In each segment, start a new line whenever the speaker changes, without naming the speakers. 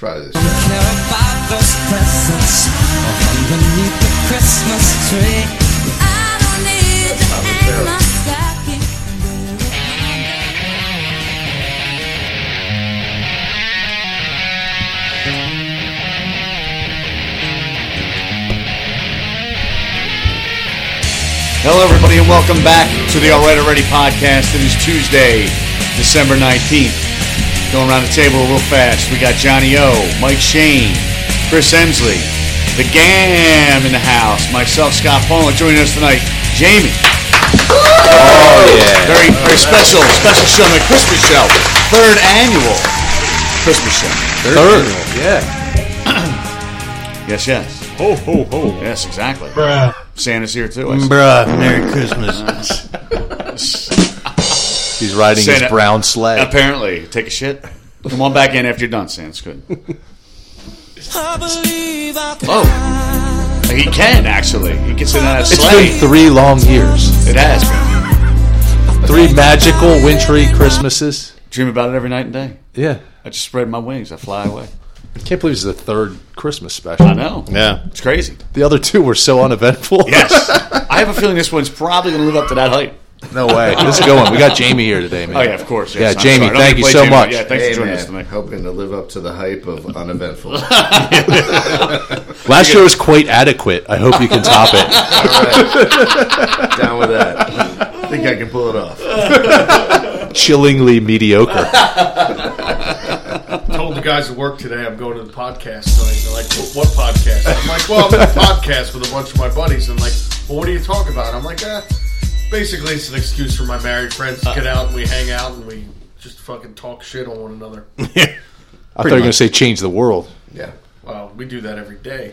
Try this.
Clarified those presents underneath the Christmas tree.
I don't need to
Probably
hang my
terrible.
stocking.
Hello, everybody, and welcome back to the All Right Already podcast. It is Tuesday, December 19th. Going around the table real fast. We got Johnny O, Mike Shane, Chris Emsley, the Gam in the house, myself, Scott Poland, joining us tonight, Jamie.
Oh, Yeah.
Very, very special, special show, my Christmas show. Third annual Christmas show.
Third.
Yeah.
Yes, yes.
Ho, ho, ho.
Yes, exactly.
Bruh.
Santa's here too. I see.
Bruh. Merry Christmas. He's riding
Santa-
his brown sleigh.
Apparently. Take a shit. Come on back in after you're done, Sam. It's good.
I believe I can
Oh. He can, actually. He can sit on a
It's
sleigh.
been three long years.
It has been.
Three magical wintry Christmases.
Dream about it every night and day.
Yeah.
I just spread my wings. I fly away.
I can't believe it's the third Christmas special.
I know.
Yeah.
It's crazy.
The other two were so uneventful.
Yes. I have a feeling this one's probably going to live up to that hype.
no way. This is going. We got Jamie here today, man.
Oh, yeah, of course.
Yeah,
Yes, I'm
Jamie,
sorry. I don't
thank
mean to
you
play
so
Jamie, but
much.
Yeah, thanks
Hey,
for joining us
man.
tonight.
Hoping to live up to the hype of uneventful.
Last year was quite adequate. I hope you can top it.
Down with that. I think I can pull it off.
Chillingly mediocre.
told the guys at work today I'm going to the podcast tonight. They're like, what, what podcast? I'm like, well, I'm at a podcast with a bunch of my buddies. And like, well, what do you talk about? I'm like, eh, basically, it's an excuse for my married friends to get
Uh.
out and we hang out and we just fucking talk shit on one another.
I thought you were going to say change the world.
Yeah.
Wow, we do that every day.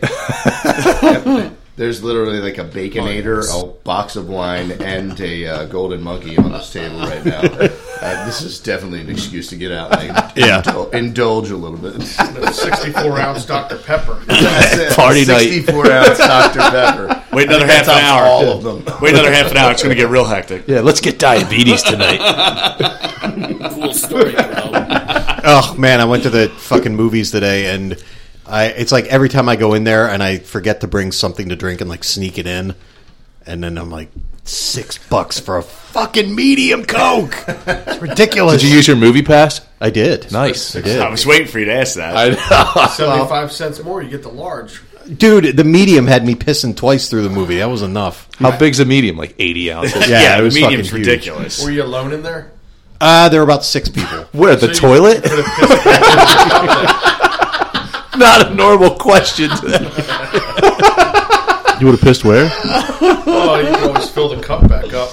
There's literally like a baconator, a box of wine, and a uh, golden monkey on this table right now. Uh, this is definitely an excuse to get out and like,
Yeah.
indul- indulge a little bit.
That's 64 ounce Dr. Pepper.
Party night.
64 ounce Dr. Pepper.
Wait another half
That's
an
on
hour.
all of them.
Wait another half an hour. It's going to get real hectic.
Yeah, let's get diabetes tonight.
Cool story, bro.
Oh man, I went to the fucking movies today, and I it's like every time I go in there and I forget to bring something to drink and like sneak it in, and then I'm like six bucks for a fucking medium coke. It's ridiculous.
Did you use your movie pass?
I did.
Nice.
I
I
did.
was waiting for you to ask that.
75 cents more, you get the large.
Dude, the medium had me pissing twice through the movie. That was enough.
How big's a medium? Like 80 ounces.
Yeah, it was
medium's
fucking huge.
ridiculous.
Were you alone in there?
Uh, there were about six people.
Where, the
you-
toilet?
Could have pissed
Not a normal question. you would have pissed where?
Oh, you can always fill the cup back up.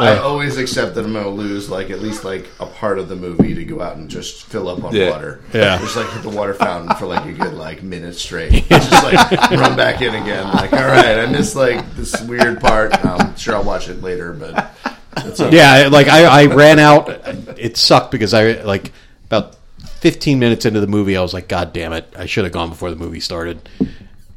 I always accept that I'm going to lose like at least like a part of the movie to go out and just fill up on
Yeah.
water.
Yeah.
just like hit the water fountain for like a good like minute straight. Just like run back in again. Like, all right, I missed like this weird part. I'm sure I'll watch it later, but
yeah, I- like I, I ran out. It sucked because I like about 15 minutes into the movie, I was like, God damn it! I should have gone before the movie started.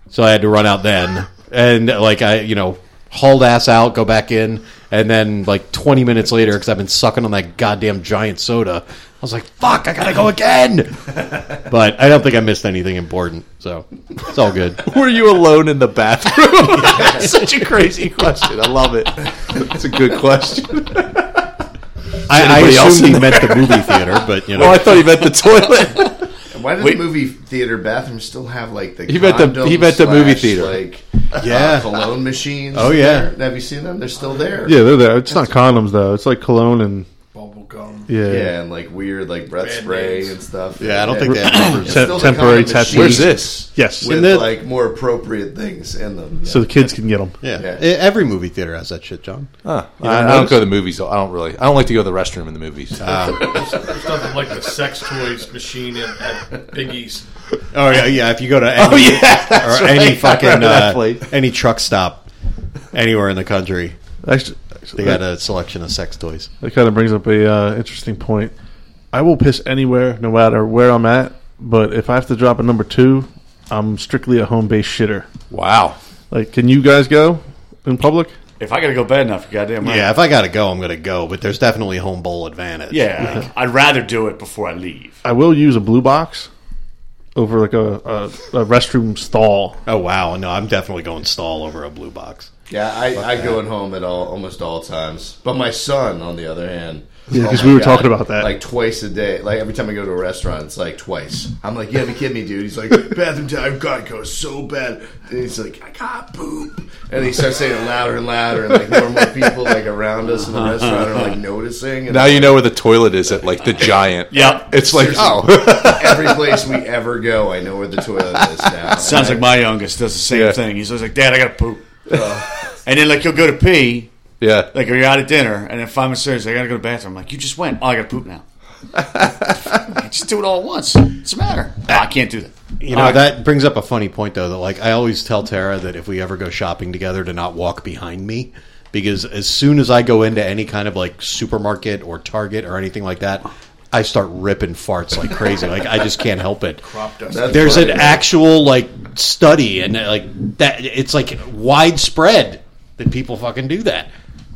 So I had to run out then, and like I, you know, hauled ass out, go back in, and then like 20 minutes later, because I've been sucking on that goddamn giant soda, I was like, Fuck! I gotta go again. but I don't think I missed anything important, so it's all good.
Were you alone in the bathroom? Such a crazy question. I love it. It's a good question.
I, I
anybody else
assumed
in
he meant the movie theater, but you know,
Oh, I thought you meant the toilet.
why did
Wait.
the movie theater bathrooms still have like the
He meant the-
condom
he meant the
slash,
movie theater.
like
yeah.
cologne machines?
Oh, yeah.
there? have you seen them? They're still there.
Yeah, they're there. It's not condoms though. It's like cologne and
Bubble gum.
yeah,
yeah, and like weird like breath spray
Band-Aids.
and stuff.
Yeah, I don't think they have numbers.
It's still the
temporary
condom machines.
tattoos.
Where's this?
Yes,
with
In the-
like more appropriate things in them.
so the kids can get them.
Yeah. Uh,
Yeah.
E- every movie theater has that shit, John.
Huh. I, I don't go to the movies. though. I don't really. I don't like to go to the restroom in the movies.
There's nothing like the sex toys machine at, at Biggie's.
Oh yeah, Oh, yeah. If you go to any, or any fucking uh, any truck stop anywhere in the country,
Actually,
they
actually
got
that,
a selection of sex toys.
that kind of brings up a uh, interesting point. I will piss anywhere, no matter where I'm at. But if I have to drop a number two, I'm strictly a home base shitter.
wow.
Like, can you guys go in public?
If I got to go bad enough, you're goddamn right.
Yeah, if I gotta go, I'm gonna go. But there's definitely a home bowl advantage. Uh,
Yeah, I'd rather do it before I leave.
I will use a blue box. over like a, a, a restroom stall.
Oh wow, no, I'm definitely going stall over a blue box.
Yeah, I, I go in home at all almost all times. But my son, on the other hand,
Yeah, 'cause
oh my
we were talking about that.
like twice a day. Like every time I go to a restaurant, it's like twice. I'm like, you have to kid me, dude. He's like, bathroom time, God goes so bad. And he's like, I got poop, and he starts saying it louder and louder, and like more and more people like around us in the restaurant are like noticing. And
Now you know where the toilet is at like the giant.
Yep.
It's like oh,
every place we ever go, I know where the toilet is now.
Sounds like my youngest does the same
Yeah.
thing. He's always like, Dad, I gotta poop. and then like he'll go to pee,
yeah.
like or you're out at dinner, and then five minutes later, he's like, I gotta go to the bathroom. I'm like, you just went. Oh, I gotta poop now. I just do it all at once. What's the matter? "Oh,
Ah.
I can't do that.
You
Ah.
know, that brings up a funny point though. That like I always tell Tara that if we ever go shopping together, to not walk behind me because as soon as I go into any kind of like supermarket or Target or anything like that, I start ripping farts like crazy. like I just can't help it.
That's
There's
right.
an actual like study and like that. It's like widespread that people fucking do that.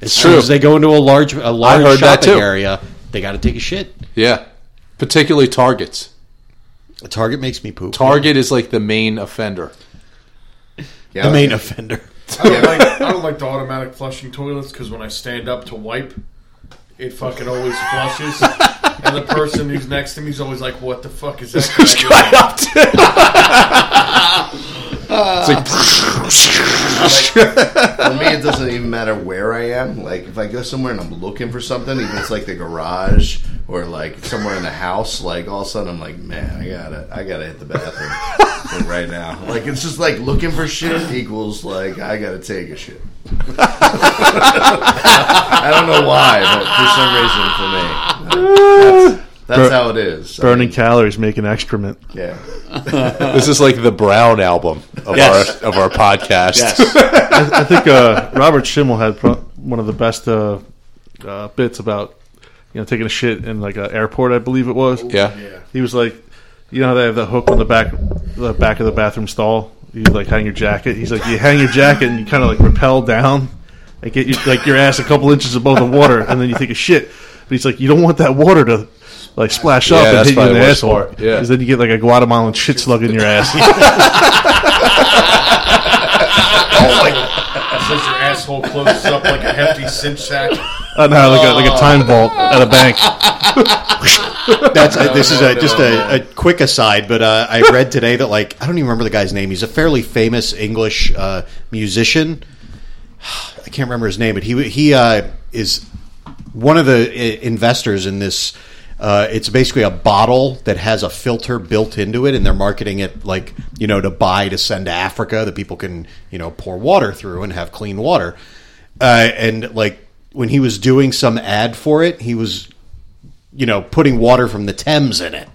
As soon
true.
as they go into a large a large
heard that, too.
shopping area, they got to take a shit.
Yeah. Particularly targets.
Target makes me poop.
Target is like the main offender.
Yeah,
the main
yeah.
offender.
I don't, like, I don't like the automatic flushing toilets because when I stand up to wipe, it fucking always flushes. and the person who's next to me is always like, "What the fuck is that?" guy doing?"
For me, it doesn't even matter where I am. Like, if I go somewhere and I'm looking for something, even if it's like the garage or like somewhere in the house, like all of a sudden I'm like, man, I gotta, I gotta hit the bathroom like, right now. Like, it's just like looking for shit equals like I gotta take a shit. I don't know why, but for some reason, for me, that's, that's how it is. I
Burning
mean,
calories make an excrement.
yeah.
This is like the Brown album of
Yes.
our of our podcast.
I think uh, Robert Schimmel had pro- one of the best uh, uh, bits about you know taking a shit in like an airport, I believe it was.
Yeah.
He was like, you know how they have that hook on the back, the back of the bathroom stall. You like hang your jacket. He's like, you hang your jacket and you kind of like rappel down and get your, like your ass a couple inches above the water, and then you take a shit. But he's like, you don't want that water to like splash up
Yeah,
and
that's
hit you in
probably
the
the worst
asshole.
part. Yeah.
Because then you get like a Guatemalan shit slug in your
Oh,
ass.
Since your asshole closes up like a hefty cinch sack.
Uh, no, like a, like a time vault at a bank.
That's uh, this is a, just a, a quick aside, but uh, I read today that like I don't even remember the guy's name. He's a fairly famous English uh, musician. I can't remember his name, but he he uh, is one of the i- investors in this. Uh, it's basically a bottle that has a filter built into it, and they're marketing it like you know to buy to send to Africa that people can you know pour water through and have clean water. Uh, and like when he was doing some ad for it, he was you know, putting water from the Thames in it,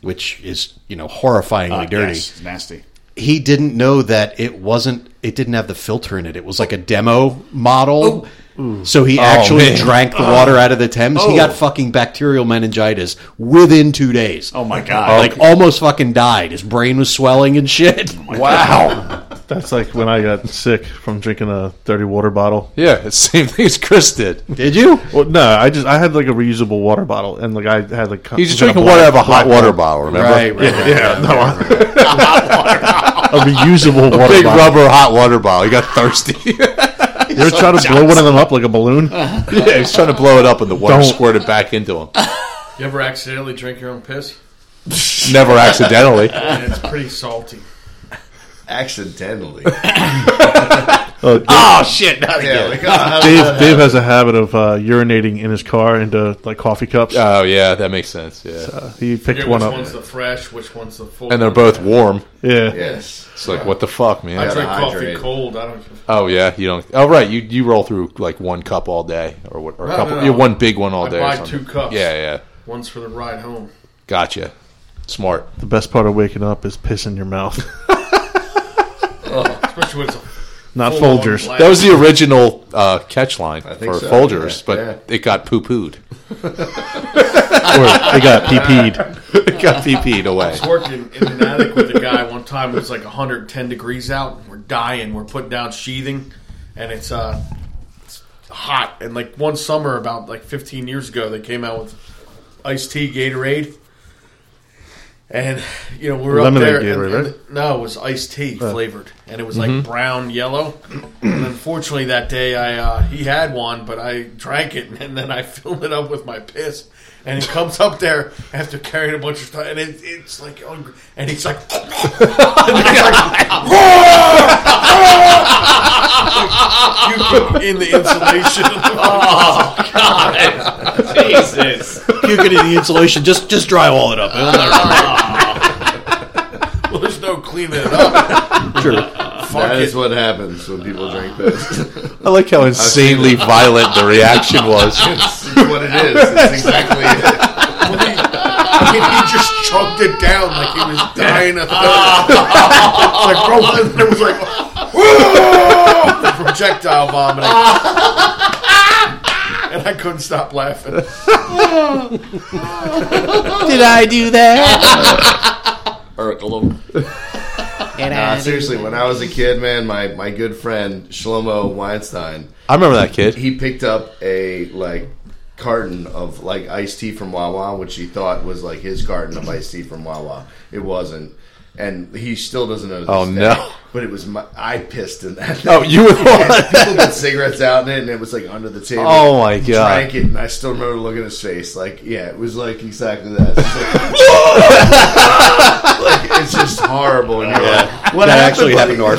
which is, you know, horrifyingly dirty.
Uh, Yes, it's nasty.
He didn't know that it wasn't, it didn't have the filter in it. It was like a demo model.
Oh.
So he actually
Oh, man.
drank the water out of the Thames. He got fucking bacterial meningitis within two days. Uh,
Oh my god.
Like almost fucking died. His brain was swelling and shit.
Wow.
That's like when I got sick from drinking a dirty water bottle.
Yeah, it's the same thing as Chris did.
Did you?
Well, no, I just I had like a reusable water bottle, and like I had like
He's just drinking water out of a hot water bottle, remember?
right. right.
Yeah, no, a reusable water
Big
bottle.
rubber hot water bottle. He got thirsty.
You ever try to blow one of them up like a balloon?
yeah, he's trying to blow it up, and the water
Don't.
squirted back into him.
You ever accidentally drink your own piss?
Never accidentally.
And it's pretty salty.
Accidentally.
Uh, Dave,
oh shit! Not
Yeah, like, oh, how did that
Dave, Dave has a habit of uh, urinating in his car into like coffee cups.
Oh yeah, that makes sense. Yeah,
Uh, he picked
Forget
one
which
up.
one's the fresh, which one's the full.
and they're both warm.
Yeah.
Yes.
It's like what the fuck, man.
I drink
gotta
coffee
hydrate.
cold. I don't.
Oh yeah, you don't. Oh right, you you roll through like one cup all day, or what- or a
No,
couple,
no, no.
yeah, one big one all
I
day. or
buy
something.
two cups.
Yeah, yeah,
One's for the ride home.
gotcha. Smart.
The best part of waking up is piss in your mouth,
Especially when it's a
not
full-on
Folgers.
black-
That was the original uh, catch line
think
for
so,
Folgers,
yeah,
but
yeah.
it got poo pooed.
or they got PP'd.
it got PP'd away.
was working in an attic with a guy one time. It was like 110 degrees out. and We're dying. We're putting down sheathing, and it's uh, it's hot. And like one summer, about like 15 years ago, they came out with iced tea Gatorade. And you know we were
Lemonade
up there. and-
Gatorade,
and-
right? Uh, mm-hmm.
no, it was iced tea flavored, and it was like brown yellow. and unfortunately, that day I uh, he had one, but I drank it, and then I filled it up with my piss. And he comes up there after carrying a bunch of stuff, and it, it's like, oh, and he's like, and he's like, puking in the insulation. oh,
Jesus.
Puke it in the insulation. Just just drywall it up.
well, there's no cleaning it up. Fuck
That
it.
is what happens when people drink this.
I like how insanely violent the reaction was.
It's what it is. It's exactly it.
I mean, he just chugged it down like he was dying of like, bro, what? And it was like, "Whoa!" the projectile vomiting. and I couldn't stop laughing.
Did I do that?
Urkel. Nah, seriously, when I was a kid, man, my, my good friend Shlomo Weinstein,
I remember that kid.
he picked up a like carton of like iced tea from Wawa, which he thought was like his carton of iced tea from Wawa. It wasn't, and he still doesn't know. to this
Oh,
day.
no.
But it was my I pissed in that.
Oh, you were the
And
one.
people put cigarettes out in it, and it was like under the table.
Oh my
He
God.
Drank it, and I still remember looking at his face. Like, yeah, it was like exactly that. It's, like, like, it's just horrible, and you're like, what
That actually
happened,
happened
buddy?
to our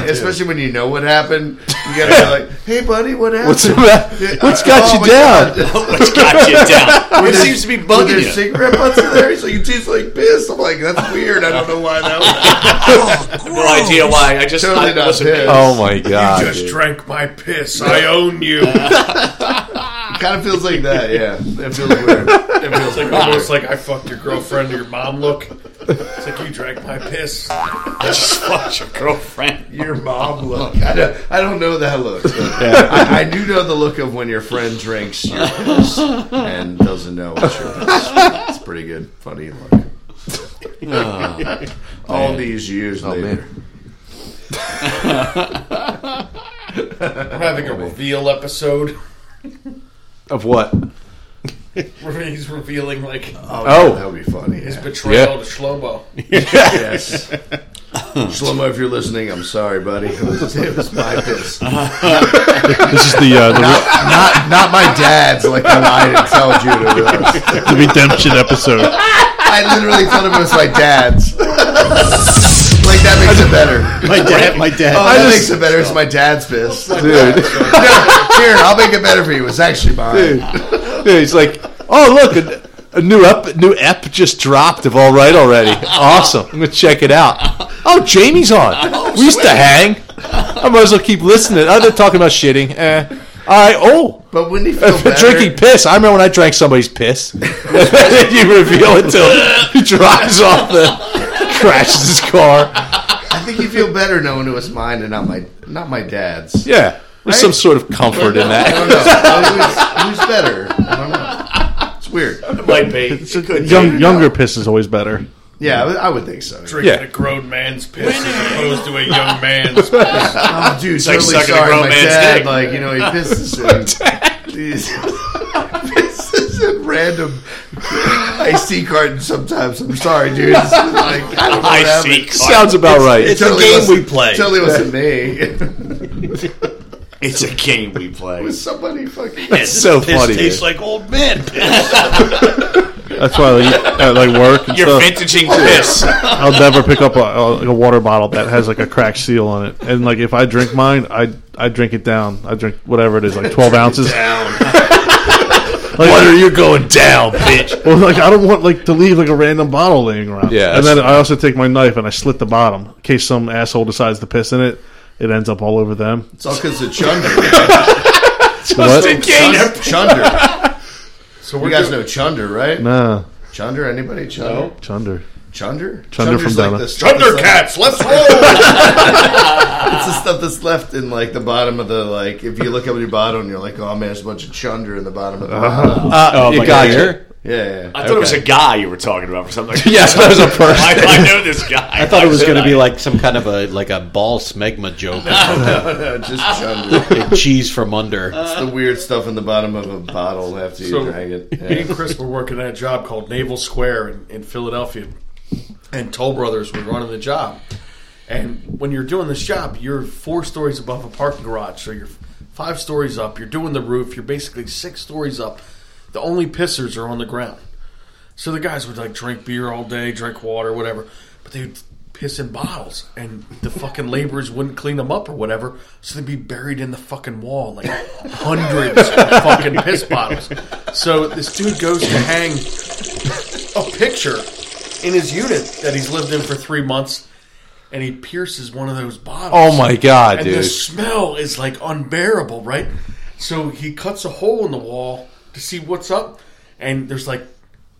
Like, especially when you know what happened, you gotta be like, hey, buddy, what happened?
What's the matter? What's
Oh
got
Oh,
you down?
What's got
Shit down.
you? It
seems to be bugging you.
cigarette butts in there, so you taste like piss. I'm like, that's weird. I don't know why that was.
No idea why. Oh, I just
Totally
I
not
wasn't
pissed.
Oh my
You
god!
just
dude.
drank my piss. I own you.
It kind of feels like that, yeah. It feels weird. It feels like
Almost like I fucked your girlfriend or your mom. Look, it's like you drank my piss.
I just fucked your girlfriend.
your mom look. I don't, I don't know that look. I, I do know the look of when your friend drinks your piss and doesn't know it's your piss. It's pretty good, funny look.
Oh,
All these years later.
We're having a reveal episode.
Of what?
where He's revealing like
Oh, that would be funny.
his
yeah.
betrayal
Yeah.
to Shlomo.
Yes. Shlomo, if you're listening, I'm sorry, buddy. It was, it was my piss. Not,
This is the, uh, the
not my dad's, like I lied and told you to realize.
re- the redemption episode.
I literally thought it was my dad's. like, that makes it better.
My dad. My dad.
Oh, that makes it better. It's my dad's fist. Here,
Dude,
I'll make it better for you. It's actually mine.
dude, dude, he's like, oh look, a, a new up, new ep just dropped of All Right already. Awesome, I'm gonna check it out.
Uh,
Oh, Jamie's on. We used to hang. I might as well keep listening. Oh, they're talking about shitting. Eh. I oh,
But wouldn't he feel better?
drinking piss. I remember when I drank somebody's piss. you reveal it till he drives off the crashes his car.
I think you feel better knowing it was mine and not my not my dad's.
Yeah, there's some sort of comfort in
I don't
that.
know. Who's, who's better? I don't know. It's weird.
Might be.
Young, younger piss is always better.
Yeah, I would, I would think so.
Drinking
Yeah.
a grown man's piss as opposed to a young man's
Oh, dude,
like sucking
totally
a
sorry.
grown
My
man's
dad,
dick.
like, you know, he pisses in. He's- pisses in random iced tea cartons sometimes. I'm sorry, dude. This is like, I don't know what
I
happened.
see.
Sounds about right.
It's
a game we play.
Totally wasn't me.
It's a game we play.
Somebody fucking.
It's so
Piss
funny.
tastes
dude.
like old man piss.
That's why like, at like work and
You're
stuff,
vintaging piss.
I'll never pick up a, a, like a water bottle that has like a cracked seal on it. And like if I drink mine, I I drink it down. I drink whatever it is, like twelve ounces.
What are you going down, bitch?
Well, like I don't want like to leave like a random bottle laying around.
Yeah,
and
that's-
then I also take my knife and I slit the bottom in case some asshole decides to piss in it. It ends up all over them.
Oh, It's all because of Chunder.
What?
Chunder. Chunder.
So
You
we're
guys
doing-
know Chunder, right?
Nah,
Chunder, anybody? Chunder?
chunder.
Chunder?
Chunder from
Chunder's like
Donna.
the stuff that's like-
Thundercats, let's roll!
It's the stuff that's left in, like, the bottom of the, like, if you look up at your bottle and you're like, oh, man, there's a bunch of Chunder in the bottom of the bottle.
Uh, oh,
my
you
God.
got here?
Yeah, yeah.
I thought it was a guy you were talking about or something. Like
Yes, that was a
I,
person.
I know this guy.
I thought it was going to be like some kind of a like a ball smegma joke,
Yeah, Just Chunder.
like cheese from under.
It's the weird stuff in the bottom of a bottle after you
So-
drag it.
Me
Yeah.
and Chris were working at a job called Naval Square in, in Philadelphia. and Toll Brothers was running the job. And when you're doing this job, you're four stories above a parking garage, so you're five stories up. You're doing the roof. You're basically six stories up. The only pissers are on the ground. So the guys would like drink beer all day, drink water, whatever, but they'd piss in bottles, and the fucking laborers wouldn't clean them up or whatever, so they'd be buried in the fucking wall, like hundreds of fucking piss bottles. So this dude goes to hang a picture in his unit that he's lived in for three months, and he pierces one of those bottles.
Oh my god,
And
dude!
the smell is like unbearable, right? So he cuts a hole in the wall to see what's up, and there's like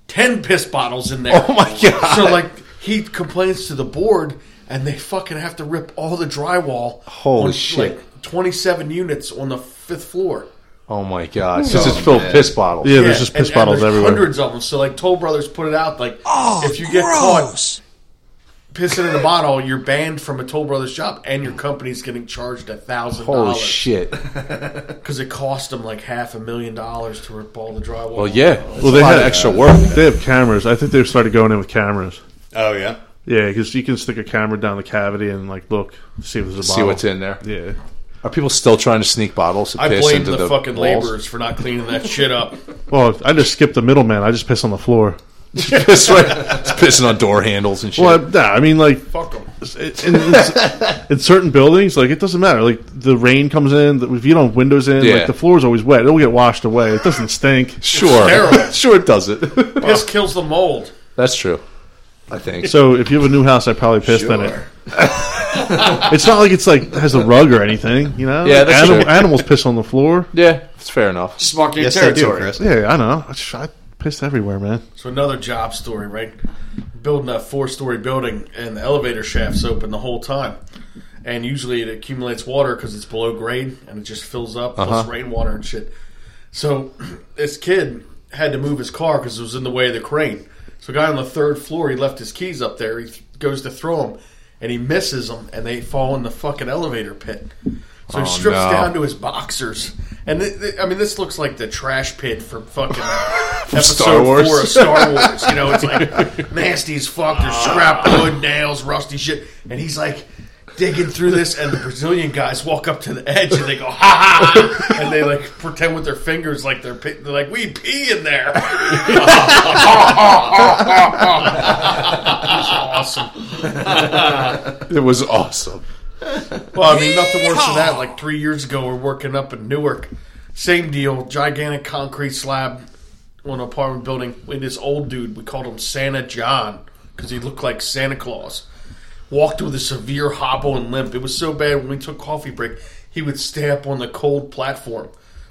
ten piss bottles in there.
Oh my God.
So like he complains to the board, and they fucking have to rip all the drywall.
Holy
on,
shit.
Like Twenty-seven units on the fifth floor.
oh my god! Since it's filled with piss bottles. Oh,
Yeah, there's just piss
and- and
bottles
there's
everywhere.
Hundreds of them. So like Toll Brothers put it out like, if you get caught pissing in a bottle, you're banned from a Toll Brothers job, and your company's getting charged a thousand
Holy
dollars
shit!
because it cost them like half a million dollars to rip all the drywall.
Well, yeah.
Well, they
a lot
had
of extra work.
They have cameras. I think they've started going in with cameras.
Oh yeah.
Yeah, because you can stick a camera down the cavity and like look, see if there's a
See
bottle.
what's in there.
Yeah,
Are people still trying to sneak bottles of
I
piss
blame
into
the,
the,
fucking
walls?
laborers for not cleaning that shit up.
Well, I just skipped the middleman. I just piss on the floor.
Piss right- it's pissing on door handles and shit.
Well, I, nah, I mean, like
Fuck them.
it- in, in- in certain buildings, like it doesn't matter. Like the rain comes in. the- If you don't have windows in,
Yeah.
like the floor's always wet. It'll get washed away. It doesn't stink.
sure,
terrible.
sure it does it.
Piss kills the mold.
That's true. I think.
So if you have a new house, I probably pissed in it. It's not like it's like has a rug or anything. You know,
Yeah,
Like,
that's
animal-
true.
animals piss on the floor.
yeah, it's fair enough.
Smart
Yes, they do,
territory.
Chris.
Yeah, I know. I, just, I pissed everywhere, man.
So another job story, right? Building a four-story building and the elevator shaft's open the whole time, and usually it accumulates water because it's below grade and it just fills up plus rainwater and shit. So this kid had to move his car because it was in the way of the crane. So a guy on the third floor, he left his keys up there. He th- goes to throw them, and he misses them, and they fall in the fucking elevator pit. So he strips
Oh, no.
down to his boxers, and th- th- I mean, this looks like the trash pit for fucking episode
Star Wars.
four of Star Wars. You know, it's like nasty as fuck. There's scrap
Ah.
wood, nails, rusty shit, and he's like digging through this, and the Brazilian guys walk up to the edge and they go ha ha, ha," and they like pretend with their fingers like they're pi- they're like we pee in there. awesome.
It was awesome.
Well, I mean, nothing worse than that. Like three years ago, we're working up in Newark. Same deal, gigantic concrete slab on an apartment building. And this old dude, we called him Santa John because he looked like Santa Claus. Walked with a severe hobble and limp. It was so bad when we took coffee break, he would stay up on the cold platform.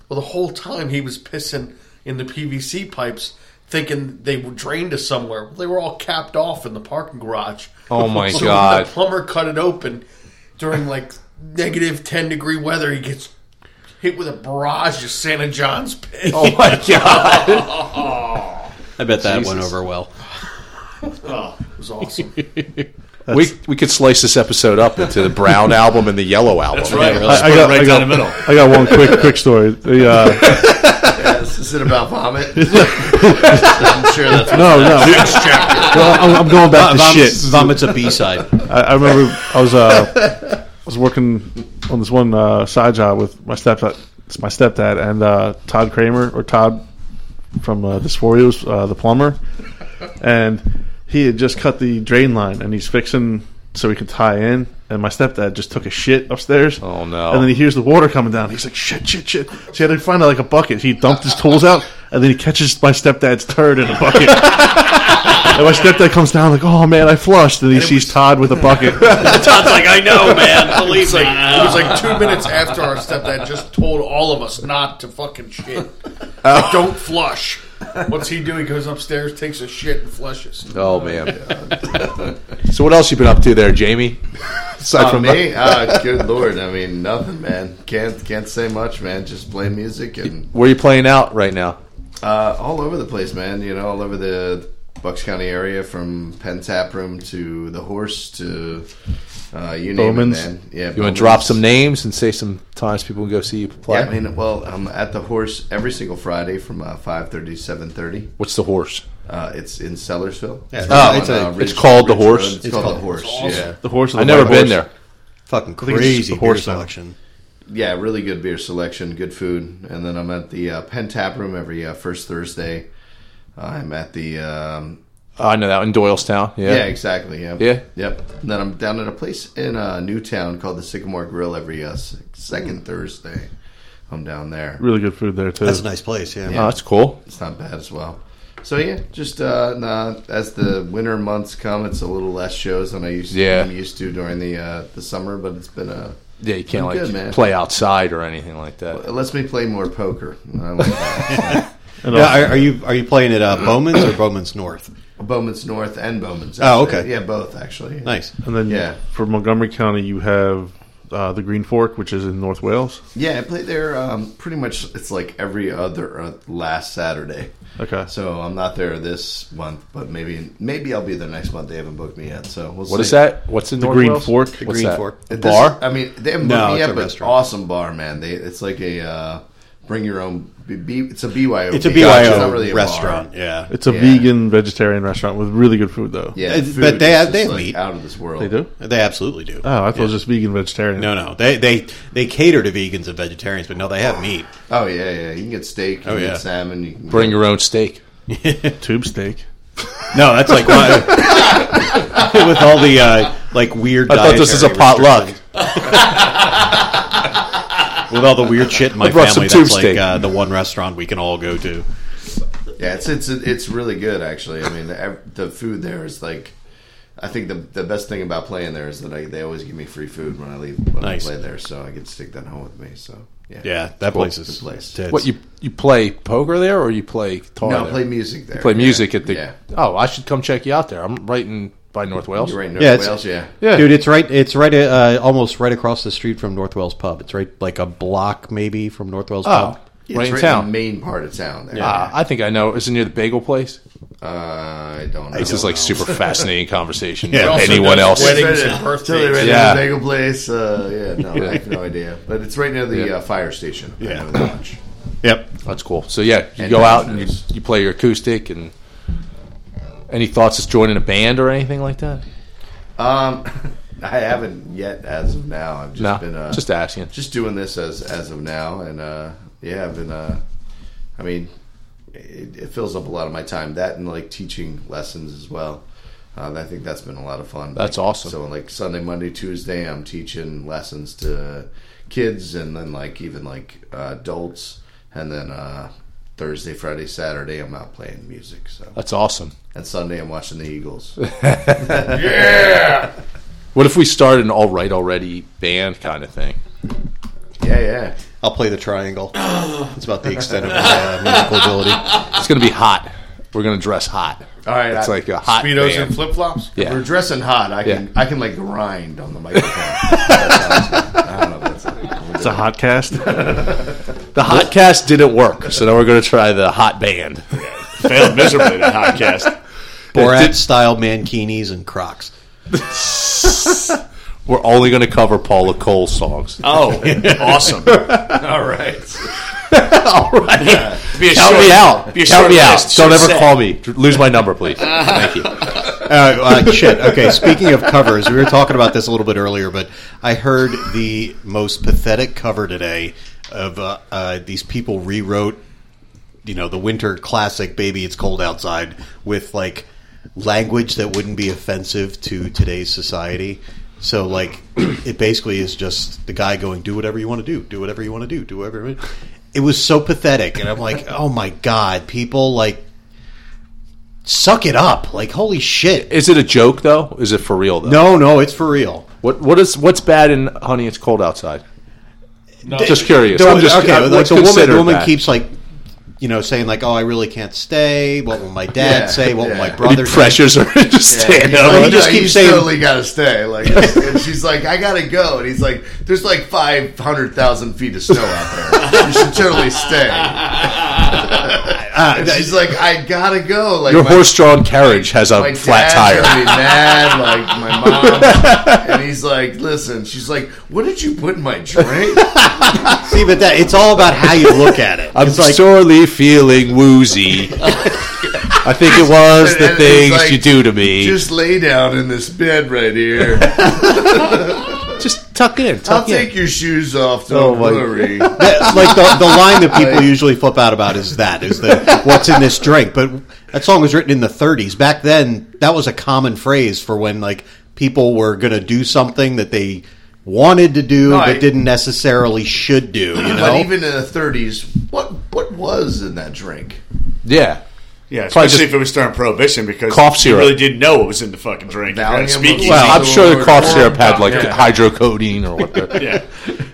Well, the whole time he was pissing in the PVC pipes, thinking they were drained to somewhere. They were all capped off in the parking garage.
Oh my
So when
God.
The plumber cut it open during like negative ten degree weather. He gets hit with a barrage of Santa John's piss.
Oh my god!
I bet that went over well.
It was awesome.
we we could slice this episode up into the brown album and the yellow album. That's
Yeah, really.
I got,
right
I
down
got,
the middle.
I got one quick, quick story. The, uh,
Is it about vomit? I'm sure that's what
no, no, Well, I'm, I'm going back to
Vom-
shit.
Vomit's a B side.
I, I remember I was uh, I was working on this one uh, side job with my stepdad. It's my stepdad and uh, Todd Kramer or Todd from uh, Dysphoria, was, uh, the plumber, and he had just cut the drain line and he's fixing so he could tie in. And my stepdad just took a shit upstairs.
Oh, no.
And then he hears the water coming down. He's like shit, shit, shit. So he had to find like a bucket. He dumped his tools out and then he catches my stepdad's turd in a bucket. and my stepdad comes down like, oh man, I flushed. And he sees Todd with a bucket.
Todd's like, I know, man. Believe me.
It was like two minutes after our stepdad just told all of us not to fucking shit.
Oh.
Don't flush. What's he do? He goes upstairs, takes a shit, and flushes.
Oh man! so what else you been up to there, Jamie? Aside
For
from
me, uh, good lord! I mean, nothing, man. Can't can't say much, man. Just play music and
where you playing out right now?
uh, all over the place, man. You know, all over the Bucks County area from Penn Tap Room to the Horse to uh, you name
Bowman's.
it, man. Yeah,
You want
Bowman's.
to drop some names and say some times people can go see you play?
Yeah, I mean, well, I'm at the Horse every single Friday from uh, five thirty to seven thirty.
What's the horse?
Uh, it's in Sellersville.
Oh,
On,
it's a-
uh,
it's called The Horse?
Road. It's, called the Horse. Yeah,
The horse. Of the
I've never
white
been
horse.
there.
Fucking
think it's just
crazy
the
horse
horse now.
selection.
yeah, really good beer selection, good food, and then I'm at the uh, Penn Tap Room every uh, first Thursday. Uh, I'm at the um,
Oh, I know that in Doylestown. Yeah.
Yeah, exactly. Yeah.
Yeah?
Yep. And then I'm down at a place in uh, Newtown called the Sycamore Grill every uh, s- second Thursday. I'm down there.
Really good food there too.
That's a nice place. Yeah.
Oh, that's cool.
It's not bad as well. So yeah, just uh, nah, as the winter months come, it's a little less shows than I used to,
Yeah.
I'm used to during the uh, the summer. But it's been a
Yeah, you can't
I'm
like
good, man.
play outside or anything like that.
it lets me play more poker. I like that.
And
Now, are, are you are you playing at uh, Bowman's or Bowman's North?
Bowman's North and Bowman's.
Oh,
actually.
okay.
Yeah, both actually.
Nice.
And then
Yeah.
for Montgomery County, you have uh, the Green Fork, which is in North Wales.
Yeah, I play there um, pretty much. It's like every other uh, last Saturday.
Okay.
So I'm not there this month, but maybe maybe I'll be there next month. They haven't booked me yet, so we'll
What is that? What's in the
Green Fork? The
What's
Green
that?
Fork.
A bar?
I mean, they haven't
No,
booked me
it's a
yet, but
restaurant.
awesome bar, man. They it's like a uh, bring your own. B, B, it's a BYO.
It's a
It's
BYO
not really a bar.
restaurant. Yeah.
It's a
Yeah.
vegan vegetarian restaurant with really good food, though.
Yeah, the
Uh, but
food
they
is
have-
just,
they have
like,
meat.
out of this world.
They do?
They absolutely do.
Oh, I thought it was just vegan vegetarian.
No, no. They they they cater to vegans and vegetarians, but no, they have meat.
Oh yeah, yeah. You can get steak. You
Oh,
can
yeah.
get salmon. You can
Bring your own steak.
Tube steak.
No, that's like one, with all the uh, like weird.
I thought this was a
dietary
potluck.
restrictions. With all the weird shit in my
I brought
family,
some
that's
tube
like
steak.
uh, the one restaurant we can all go to.
Yeah, it's it's it's really good actually. I mean, the, ev- the food there is like, I think the the best thing about playing there is that I, they always give me free food when I leave when
Nice.
I play there, so I can stick that home with me. So yeah,
Yeah, that place
Good
is
place.
tits.
What you you play poker there or you play guitar?
Oh, No, I
there?
play music there.
Play music
Yeah.
at the.
yeah.
Oh, I should come check you out there. I'm right in by North Wales.
You're right,
Yeah,
North
it's-
Wales. Yeah,
Yeah.
Dude, it's right. It's right. Uh, almost right across the street from North Wells Pub. It's right like a block maybe from North Wells
Oh,
Pub.
right
it's
in town.
the main part of town. There.
Ah, I think I know. Is it near the bagel place?
Uh, I don't. know.
This is like super fascinating conversation.
Yeah.
for
Also
anyone else?
Weddings
Right
and
in- totally
birthdays.
right
Yeah.
yeah. the bagel place. Uh, yeah, no, I have no idea, but it's right near the
Yeah.
uh, fire station. I
Yeah.
know that much.
Yep.
That's cool. So yeah, you
And
go out and you,
dancers.
you play your acoustic and. Any thoughts of joining a band or anything like that?
Um, I haven't yet as of now. I've just
No,
been uh,
just asking.
just doing this as as of now, and uh, yeah, I've been. Uh, I mean, it, it fills up a lot of my time. That and like teaching lessons as well. Um, I think that's been a lot of fun.
That's
Like,
awesome.
So like Sunday, Monday, Tuesday, I'm teaching lessons to kids, and then like even like uh, adults, and then uh, Thursday, Friday, Saturday, I'm out playing music. So
That's awesome.
and Sunday, I'm watching the Eagles.
What if we started an all right already band kind of thing?
yeah, yeah.
I'll play the triangle. It's about the extent of my uh, musical ability.
It's gonna be hot. We're gonna dress hot.
All right,
it's
I-
like a hot
Speedos
band.
and flip flops.
yeah.
We're dressing hot. I can
Yeah.
I can like grind on the microphone. I don't know if that's
It's a hot cast.
The hot cast didn't work, so now we're going to try the hot band.
Failed miserably, the hot cast.
Borat style mankinis and Crocs.
We're only going to cover Paula Cole songs.
Oh, awesome!
All right.
All right,
Be a
count
short-
me out.
be a
Count
short
me out.
list,
Don't
short
ever
set.
call me. Dr- Lose my number, please. Thank you.
uh, uh, shit. Okay, speaking of covers, we were talking about this a little bit earlier, but I heard the most pathetic cover today of uh, uh, these people rewrote, you know, the winter classic "Baby It's Cold Outside" with like language that wouldn't be offensive to today's society. So like, it basically is just the guy going, "Do whatever you want to do. Do whatever you want to do. Do whatever." you want-" It was so pathetic, and I'm like, "Oh my god, people like." Suck it up! Like holy shit!
Is it a joke though? Is it for real though?
No, Oh, no, it's for real.
What What is What's bad in Honey? It's cold outside.
No,
Just curious.
The-
I'm just
okay,
I-
like
let's
the woman,
consider
the woman
that.
keeps like, you know, saying like, "Oh, I really can't stay. What will my dad
Yeah,
say? What will
yeah.
my
Any
Any
brother?" say?"
pressures or just stand
He's
up.
like,
he just
"No,
keeps
you
saying-
totally gotta stay. Like, and she's like, I gotta go, and he's like, There's like five hundred thousand feet of snow out there. You should totally stay.
Uh,
And she's like, I gotta go. Like
Your
my-
horse-drawn carriage has
my
a flat
dad's
tire.
gonna Be mad, like my mom, and he's like, "Listen." She's like, "What did you put in my drink?"
See, but that it's all about how you look at it.
I'm
it's like
sorely feeling woozy. I think it was
And-
the
and it's
things
like,
you do to me. Just,
Just lay down in this bed right here.
tuck in. Tuck
I'll
in. Oh
take your shoes off. Don't
my-
worry.
that- like the, the line that people usually flip out about is that is the what's in this drink. But that song was written in the 30s. Back then, that was a common phrase for when like people were going to do something that they wanted to do
No,
but
I-
didn't necessarily should do. You know,
But even in the 30s, what what was in that drink?
yeah.
Yeah,
Probably
especially
just
if it was during Prohibition because
cough
you
syrup.
really didn't know what was in the fucking drink.
Valium
Valium, speaking.
was-
Well, I'm sure the
Or-
cough syrup had like
Yeah.
hydrocodone or whatever.
yeah.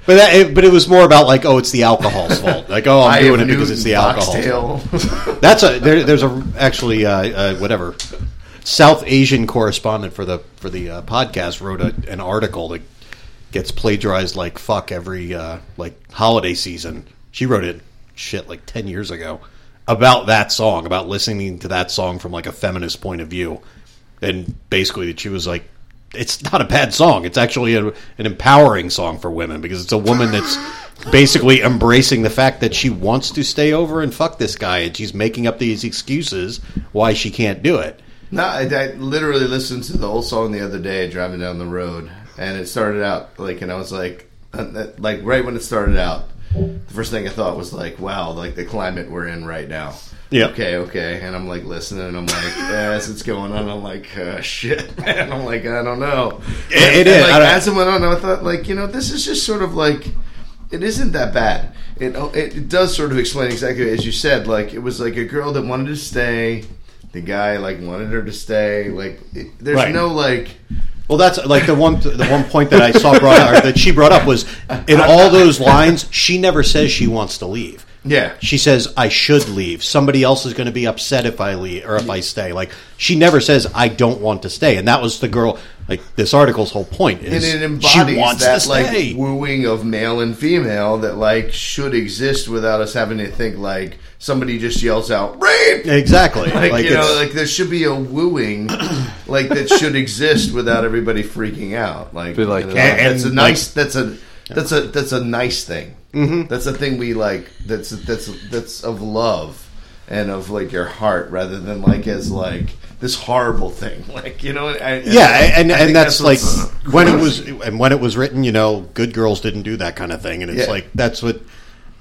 but that, it, but it was more about like oh, it's the alcohol's fault. Like oh, I'm doing it because it's the alcohol.
alcohol.
That's a there, there's a actually uh, uh, whatever South Asian correspondent for the for the uh, podcast wrote a, an article that gets plagiarized like fuck every uh, like holiday season. She wrote it shit like ten years ago about that song, about listening to that song from like a feminist point of view, and basically that she was like. It's not a bad song. It's actually a, an empowering song for women because it's a woman that's basically embracing the fact that she wants to stay over and fuck this guy, and she's making up these excuses why she can't do it.
No, I, I literally listened to the whole song the other day driving down the road, and it started out like, and I was like, uh, that- like right when it started out, the first thing I thought was like, wow, like the climate we're in right now.
Yeah.
Okay, okay, and I'm like listening, and I'm like, as it's going on, I'm like, uh, shit, man. I'm like, I don't know.
It-
And,
it is. I
Like,
don't-
as it went on, I thought, like, you know, this is just sort of like, it isn't that bad. It, it it does sort of explain exactly as you said. Like it was like a girl that wanted to stay, the guy like wanted her to stay. Like it, there's
Right.
no like.
Well, that's like the one the one point that I saw brought up, or that she brought up was in all those lines, she never says she wants to leave.
Yeah.
She says I should leave. Somebody else is going to be upset if I leave or if I stay. Like she never says I don't want to stay, and that was the girl. Like this article's whole point
And
is
it embodies
she wants
that
to stay.
like wooing of male and female that like should exist without us having to think like somebody just yells out rape.
exactly.
Like, you
it's-
know, like there should be a wooing, like that should exist without everybody freaking out. Like,
Be like, uh,
you know,
and-
that's a nice. that's a that's a that's a nice thing. Mm-hmm. That's a thing we like. That's that's that's of love and of like your heart, rather than like as like this horrible thing. Like you know, I,
yeah,
I
and and
think
that's,
what's-
like when it was and when it was written, you know, good girls didn't do that kind of thing, and it's
Yeah.
like that's what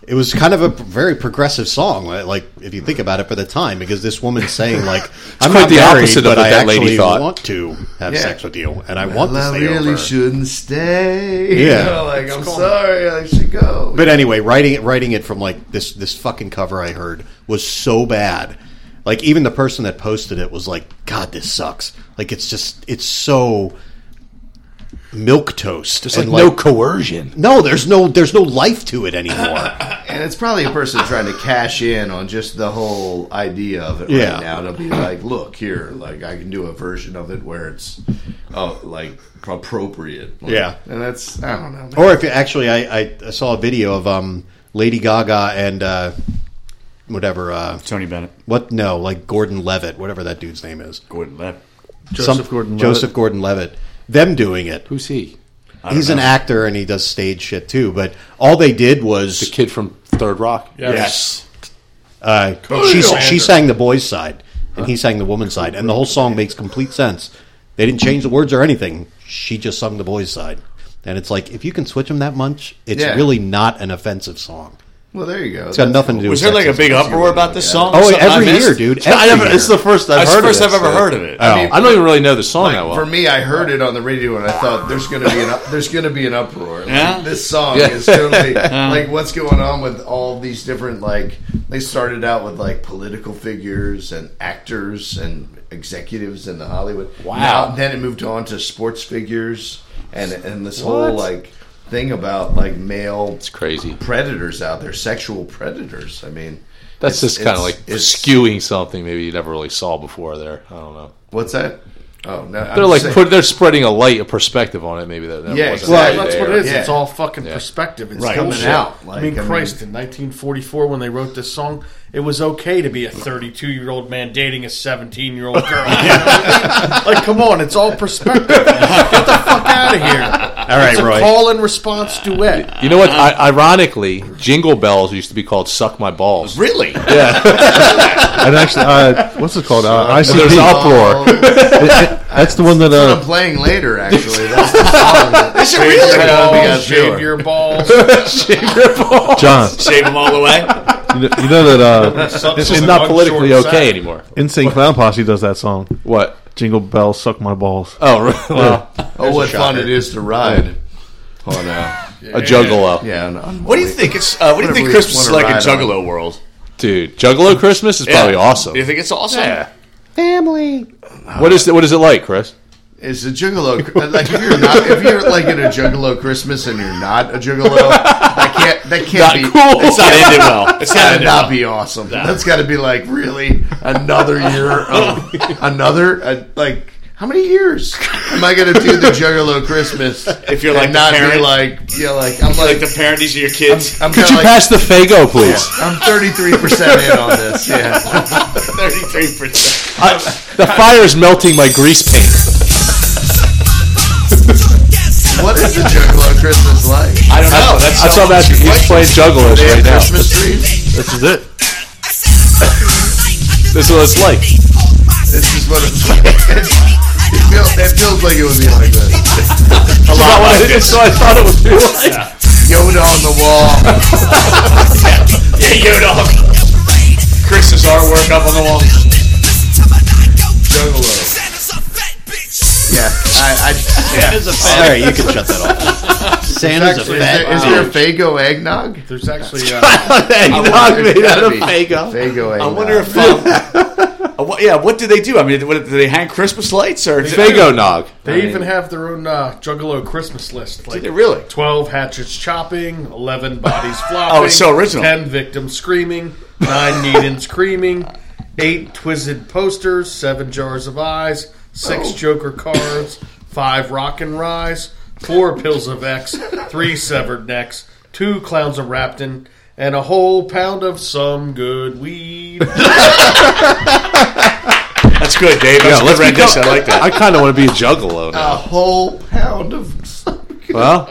it was kind of a very progressive song, like like, if you think about it for the time, because this woman's saying like I'm
quite
not
the
married,
opposite of
but
what
I
that lady
actually
thought."
want to have
Yeah.
sex with you, and I want
Well,
to
I
stay
really
over.
shouldn't stay.
Yeah.
You know, like I'm sorry, I should go.
But anyway, writing it, writing it from like this this fucking cover I heard was so bad. Like even the person that posted it was like, "God, this sucks." Like it's just it's so milk toast.
It's like,
and,
no coercion.
No, there's no there's no life to it anymore.
And it's probably a person trying to cash in on just the whole idea of it
Yeah.
right now to be like, look here, like I can do a version of it where it's, oh, like appropriate. Like,
Yeah.
and that's I don't know. man.
or if you, actually, I, I- I saw a video of um Lady Gaga and uh, whatever uh,
Tony Bennett,
what no like Gordon Levitt, whatever that dude's name is.
Gordon Levitt.
Joseph Gordon-Levitt.
Joseph Gordon Levitt. Them doing it.
Who's he?
He's an actor and he does stage shit too. But all they did was
The kid from Third Rock.
Yes.
Uh, she, she sang the boys' side, and he sang the woman's side, and the whole song makes complete sense. They didn't change the words or anything. She just sung the boys' side, and it's like if you can switch them that much, it's
Yeah.
really not an offensive song.
well, there you go.
It's got nothing to do.
Was
with
there like a
sexism.
big uproar about this song?
Oh,
Something I
every
missed?
year, dude.
I
Every
never,
year.
it's the first I've
That's the
heard
first
of
I've
this,
ever
so-
heard of it.
Oh. I don't even really know the song that well.
For me, I heard it on the radio and I thought there's going to be an there's going to be an uproar. Like,
Yeah?
This song
Yeah.
is totally like what's going on with all these different like they started out with like political figures and actors and executives in the Hollywood.
Wow.
Now- then it moved on to sports figures and and this whole like thing about like male
it's crazy.
predators out there, sexual predators. I mean,
That's
it's-
just kind of
it's-
like
it's-
skewing something maybe you never really saw before there. I don't know.
What's that? Oh no,
They're like put, they're spreading a light, a perspective on it. Maybe that, that
Yeah,
wasn't
exactly.
really
Well,
That's
there.
what it is.
Yeah.
It's all fucking perspective. It's
coming
bullshit.
out. Like,
I mean,
I mean-
Christ, in 1944, when they wrote this song, it was okay to be a 32 year old man dating a 17 year old girl. You know what I mean? Like, come on, it's all perspective. Get the fuck out of here.
All right,
It's a
Roy.
call and response duet.
You know what? I, ironically, jingle bells used to be called "suck my balls."
Really?
And actually, uh, what's it called? Uh, ICP.
There's uproar.
That's the one that
That's what I'm
uh,
playing later, actually. That's the song. Is it really?
Balls, shave your balls.
John.
Shave them all away.
You know, you know that uh,
This is not politically okay anymore.
Insane Clown Posse does that song.
What?
Jingle bells, suck my balls.
Oh, really? well,
Oh, what fun it is to ride on a
a juggalo,
yeah. um, On, on
What do you think? It's uh, what do you
Whatever
think
we
Christmas is
wanna
like in
ride on.
Juggalo world?
dude. Juggalo Christmas is probably awesome.
Do you think it's awesome?
What is it? What is it like, Chris?
Is a juggalo like if you're not if you're like at a juggalo Christmas and you're not a juggalo, that can't that can't be
cool.
It's not ended well. It's not
That'd
ended
not
well.
be awesome. That's got to be like really another year of another uh, like how many years am I going to do the Juggalo Christmas? If
you're like the
not be
parent.
like yeah, like I'm
Like
like,
the parent, these are your kids.
I'm
Could
kind
you
of like
pass the Fago, please?
I'm 33 percent in on this. Yeah,
Thirty-three percent.
I- the fire is melting my grease paint.
what is the Juggalo Christmas like?
I don't know. That's
That's what I'm asking. He's playing juggalos
They
right
have
now.
Christmas trees.
This is it.
This is what it's like.
This is what it's like. It feels, it feels like it would be like this.
A lot so I thought it would be like.
Yoda on the wall.
Yeah, yo, dog. Chris is our work up on the wall.
Juggalo. Yeah, I. I yeah.
That is a
All
fan.
right, you can shut that off. Santa's
Actually,
a
is,
fat
there, is there a Fago eggnog?
There's actually uh,
Eggnog made out of
Fago.
Fago.
Fago
I
eggnog.
wonder if. Um, uh, what, yeah, what do they do? I mean, what, do they hang Christmas lights or
Fago nog.
they even have their own uh, Juggalo Christmas list. Like
Did they really?
twelve hatchets chopping, eleven bodies flopping.
Oh, it's so original.
Ten victims screaming, nine need-ins screaming, eight twisted posters, seven jars of eyes, six Joker cards, five rock and rise, four pills of X, three severed necks, two clowns of Raptin, and a whole pound of some good weed.
That's good, Dave. That's
Yeah,
a good
let's
rendition. I
become-
like that.
I kind of want to be a juggalo now.
a whole pound of
Oh.
something.
Well,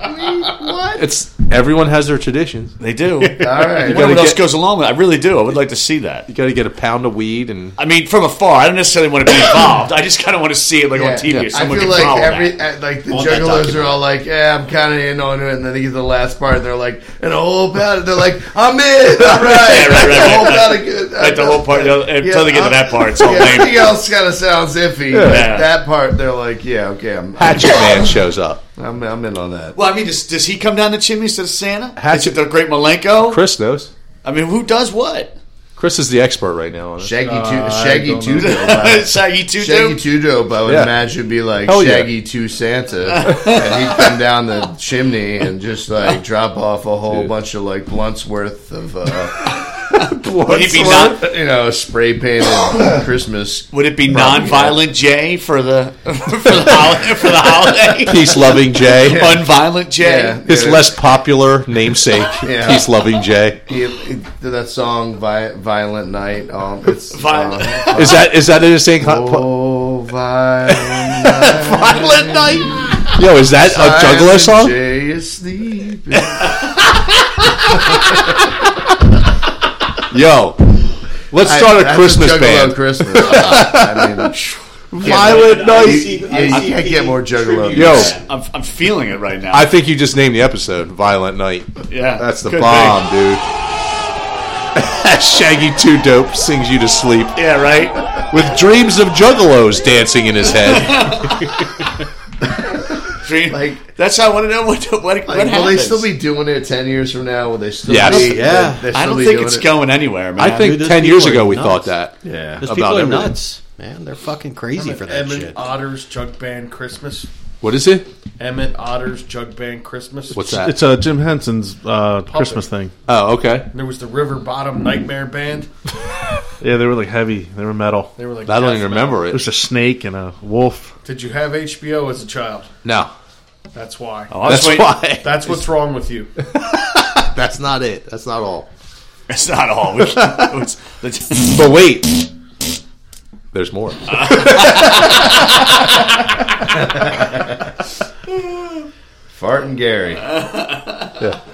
what?
it's everyone has their traditions.
They do.
All right.
What
Gotta
else
get-
goes along with it? I really do. I would like to see that.
You got to get a pound of weed and
I mean, from afar, I don't necessarily want to be involved. I just kind of want to see it like on TV. Or
I
someone can
feel like
follow
every
that.
uh, like the
On that
juggalos are all like, yeah, I'm kind of in on it, and then they get to the last part, and they're like, and a whole pound, they're like, I'm in, all right,
Yeah, right, right,
a whole
right.
pound of good,
Like the whole part, you know, until they get to
I'm-
that part, it's all
yeah,
lame.
everything else kind of sounds iffy. but
Yeah.
That part, they're like, yeah, okay, I'm,
Hatchet Man shows up.
I'm, I'm in on that.
Well, I mean, does, does he come down the chimney instead of Santa? Is
Hatchet-
it the Great Malenko?
Chris knows.
I mean, who does what?
Chris is the expert right now on it.
Shaggy,
Uh,
two, Shaggy Tudo. by-
Shaggy Tutu?
Shaggy Tudo, I would
Yeah.
imagine, be like
Hell yeah.
Shaggy Two Santa, and he'd come down the chimney and just like drop off a whole bunch of like blunts worth of, uh,
would it be non?
you know, spray painted Christmas.
Would it be non-violent J for the for the holiday? For the holiday?
Peace loving Jay.
Unviolent J.
Yeah,
His
yeah.
less popular namesake,
Yeah.
peace loving Jay.
He- he- that song Vi- "Violent Night." Um, it's
Violent-
um,
Is that is that in the same? Cl-
oh, violent night.
Violent Night.
oh.
yo, is that a juggalo
Silent
song?
Jay is sleeping.
Yo, let's
I-
start a
that's
Christmas
Juggalo
band.
Christmas. I mean,
Violent
You,
night.
you, you can't get more juggalo.
Yo,
I'm, I'm feeling it right now.
I think you just named the episode "Violent Night."
yeah,
That's the
Could be.
bomb, dude. Shaggy Two Dope sings you to sleep
Yeah, right.
with dreams of juggalos dancing in his head.
Dream.
Like-
that's how I want to know what what, what
Like, will
happens.
they still be doing it ten years from now? Will they still?
Yes.
Be,
Yeah.
I
they're still
don't
be
think
doing
it's
it?
going anywhere, man.
I think
those
ten
people
years
are
ago we
nuts.
thought that.
Yeah.
Those people are
everything.
nuts, man. They're fucking crazy for that
Emmett
shit.
Otter's Jug Band Christmas.
What is it?
Emmett Otter's Jug Band Christmas.
What's that?
It's uh, Jim Henson's uh, Christmas thing.
oh, okay.
There was the River Bottom Nightmare Band.
Yeah, they were like heavy. They were metal.
They were like,
I don't
death
even
metal.
remember it.
There's a snake and a wolf.
Did you have HBO as a child?
No,
That's why.
Oh, I was
that's
waiting-
why.
That's what's wrong with you.
That's not it. That's not all.
That's not all. We should- it's- it's-
But wait, there's more.
Farting Gary.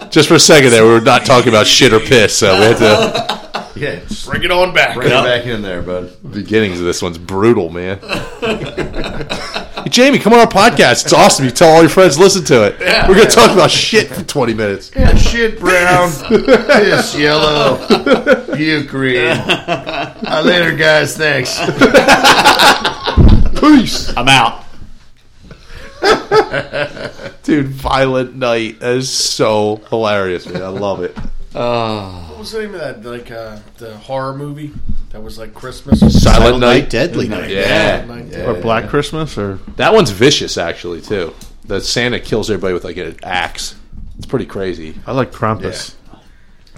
Just for a second there, we were not talking about shit or piss, so we had to.
Yeah, just
Bring it on back.
bring it back in there, bud.
The beginnings of this one's brutal, man. Hey, Jamie, come on our podcast. It's awesome. You tell all your friends, listen to it. we're going to talk about shit for 20 minutes.
Yeah, shit brown, piss yellow, puke green. Uh, later, guys. Thanks.
Peace.
I'm out.
Dude, Violent Night is so hilarious, man. I love it.
What was the name of that? Like uh, the horror movie that was like Christmas.
Silent Night.
Deadly Night.
Yeah.
Yeah.
or Black Christmas, or
That one's vicious, actually, too. The Santa kills everybody with like an axe. It's pretty crazy.
I like Krampus.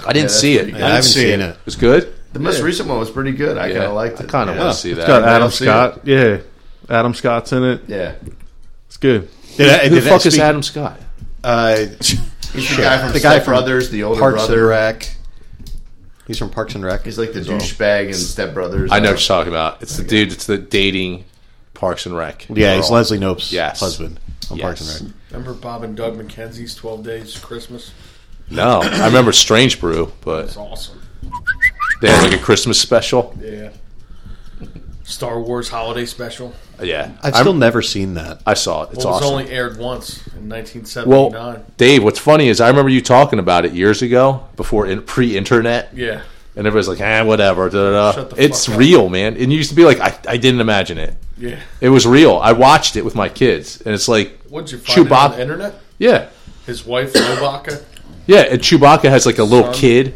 I didn't see it.
I haven't seen it.
It was good.
The most recent one was pretty good. I kind of liked it.
I kind of
yeah.
want to see
Got
that.
Adam
see
Scott. Yeah, Adam Scott's in it.
Yeah,
It's good.
Did I,
Who the
did I
fuck is
speak-
Adam Scott?
Uh,
he's the guy from
The
the
guy
Step
from
Brothers, the older
Parks and
brother.
Rec. He's from Parks and Rec.
He's like the douchebag in Step Brothers.
I know what you're talking about. It's the dude. It's the dating Parks and Rec.
yeah, he's
girl.
Leslie Nope's
Yes.
husband on
Yes.
Parks and Rec.
Remember Bob and Doug McKenzie's Twelve Days Christmas?
No, I remember Strange Brew, but
It's awesome.
they had like a Christmas special.
Yeah. Star Wars Holiday Special.
Yeah,
I've
I'm-
still never seen that.
I saw it. It's
Well, it was
awesome.
only aired once in 1979.
well, Dave, what's funny is I remember you talking about it years ago before in, pre-internet,
yeah.
and everybody's like, "Ah, whatever." Da, da, da.
Shut the fuck
It's
up.
real, man. And you used to be like, I, "I didn't imagine it.
Yeah.
It was real. I watched it with my kids, and it's like,
What'd you find it on
Chewbacca-
the internet?
yeah,
His wife, Lobaka.
yeah." And Chewbacca has like a little
Son.
kid,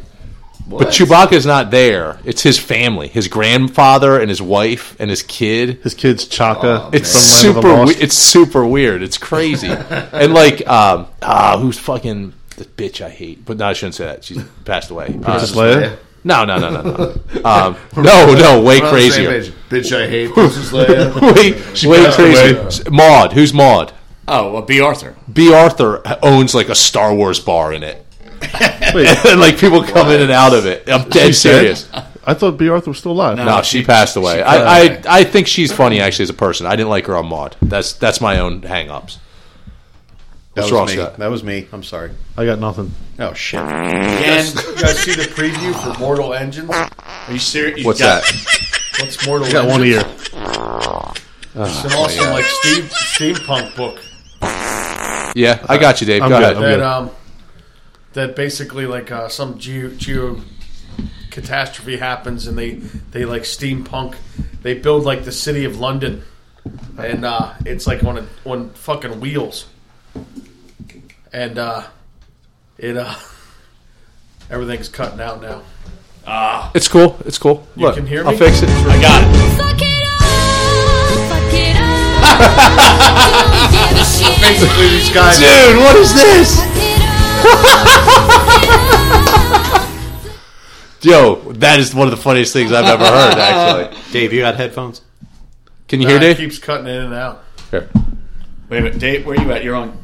but Chewbacca's not there. It's his family, his grandfather and his wife and his kid.
His kid's Chaka.
Oh,
It's
from Land of
super.
the
We-
Lost.
it's super weird. It's crazy. and like, um, ah, who's fucking the bitch I hate? But no, I shouldn't say that. She's passed away. Uh,
Princess Leia.
Yeah.
no, no, no, no, no. Um,
Oh,
no, no, way
We're on the same
crazier.
page. Bitch, I hate Princess Leia.
Way, way
passed away.
crazier. Maud, who's Maud?
Oh, well, B. Arthur.
B. Arthur owns like a Star Wars bar in it, and like people come in and out of it. I'm dead
She's dead?
serious.
I thought B. Arthur was still alive.
No, she, passed away. I, I I think she's funny actually as a person. I didn't like her on Maud. That's that's my own hang-ups.
That
What's
was
wrong,
me.
Scott?
That was me. I'm sorry.
I got nothing.
Oh shit.
And
You guys see the preview for Mortal Engines?
are you serious? You
What's
got-
that?
What's Mortal
I got
Engines?
one ear.
It's an awesome like steam, steampunk book
Yeah, I got you, Dave.
I'm
Go
good.
ahead.
I'm
that
good.
um that basically like uh, some geo, geo catastrophe happens and they they like steampunk they build like the city of London and uh, it's like on a, on fucking wheels and uh, it uh, everything's cutting out now.
It's cool. It's cool.
You can hear me.
I'll fix it.
I got it.
Fuck it up, fuck it up. Don't give a shit.
Basically, these guys.
Dude, what is this?
Fuck it up, fuck it up.
Yo, that is one of the funniest things I've ever heard, actually.
Dave, you got headphones?
Can you
Nah,
hear,
it
Dave?
keeps cutting in and out.
Here.
Wait a minute, Dave. Where you at? You're on.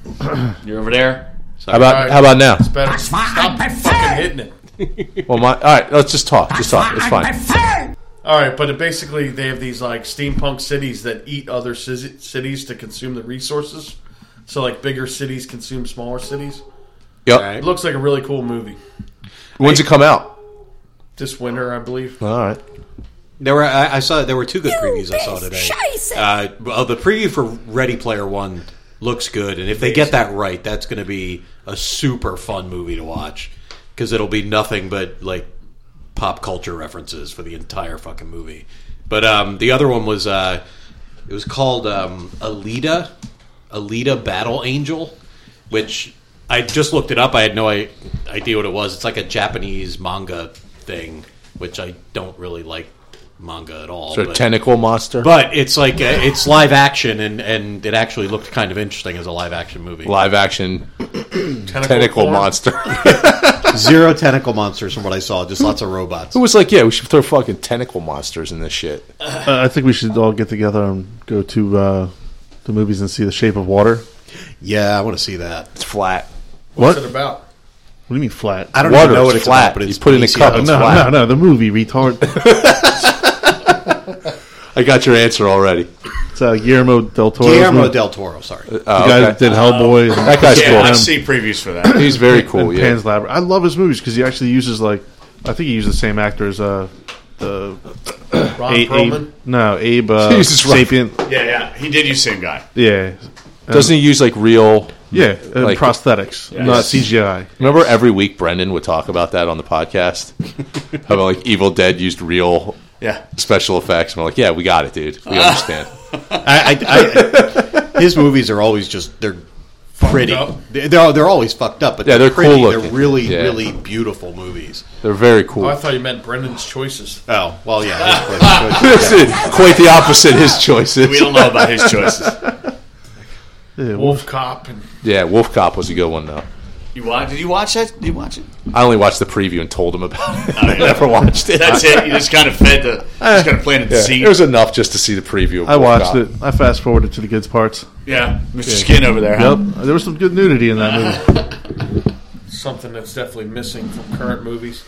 You're over there.
How about, how about now?
Better stop fucking hitting it.
Well, my, all right, let's just talk. Just talk. It's fine.
All right, but it basically they have these like steampunk cities that eat other ci- cities to consume the resources. So like bigger cities consume smaller cities.
Yep.
It looks like a really cool movie.
When's it come out?
This winter, I believe.
All right.
There were I, I saw there were two good previews I saw
bitch,
today.
scheiße.
Uh, well, the preview for Ready Player One looks good, and if they get that right, that's going to be a super fun movie to watch because it'll be nothing but like pop culture references for the entire fucking movie. But um, the other one was uh, it was called um, Alita, Alita Battle Angel, which I just looked it up. I had no i- idea what it was. It's like a Japanese manga thing, which I don't really like manga at all.
So,
but-
Tentacle Monster.
but it's like uh, it's live action, and and it actually looked kind of interesting as a live action movie.
Live action
Tentacle,
Tentacle
Farm.
Monster.
Zero tentacle monsters from what I saw, just lots of robots.
Who was like, yeah, we should throw fucking tentacle monsters in this shit.
Uh, I think we should all get together and go to uh, the movies and see The Shape of Water.
Yeah, I want to see that.
It's flat.
What's
What?
it about?
What do you mean flat? Uh,
I don't
Water
even know
is
what it's
flat.
about, but
You
it's
put it in a
BCO,
cup,
it's
no,
flat.
no, no. The movie retard.
I got your answer already.
it's uh, Guillermo del Toro.
Guillermo del Toro. Sorry,
Oh,
the guy
okay.
that did Hellboy. and
That guy's
Yeah,
cool.
I've seen previews for that.
He's very cool.
and
Yeah.
Pan's Labyrinth. I love his movies because he actually uses like I think he uses the same actor as uh the
Ron
A-
Perlman.
Abe, no Abe uh,
He uses Ron-
Sapient.
yeah, yeah. He did use same guy.
Yeah,
Doesn't he use like real?
yeah, uh,
Like-
prosthetics, not CGI.
Remember every week Brendan would talk about that on the podcast. How about like Evil Dead used real
Yeah.
special effects? And we're like, yeah, we got it, dude. We understand.
I, I, I, his movies are always just they're pretty.
up.
They- They're they're always fucked up, but
Yeah,
they're,
they're
pretty.
cool
they're
looking.
really
Yeah.
really beautiful movies.
They're very
Oh, I
cool.
thought you meant Brendan's choices.
Oh well, yeah. that's pretty good.
This is Quite the opposite his
We
choices.
don't know about his choices.
Wolf Cop and
Yeah, Wolf Cop was a good one though.
You watch? Did you watch that? Did you watch it?
I only watched the preview and told him about it.
I never watched it. That's it. You just kind of fed the, just kind of planted the seed.
It was enough just to see the preview. Of
I
Wolf
watched
Cop.
it. I fast forwarded to the kids' parts.
yeah, Mr. Skin over there. huh?
Yep, there was some good nudity in that movie.
something that's definitely missing from current movies.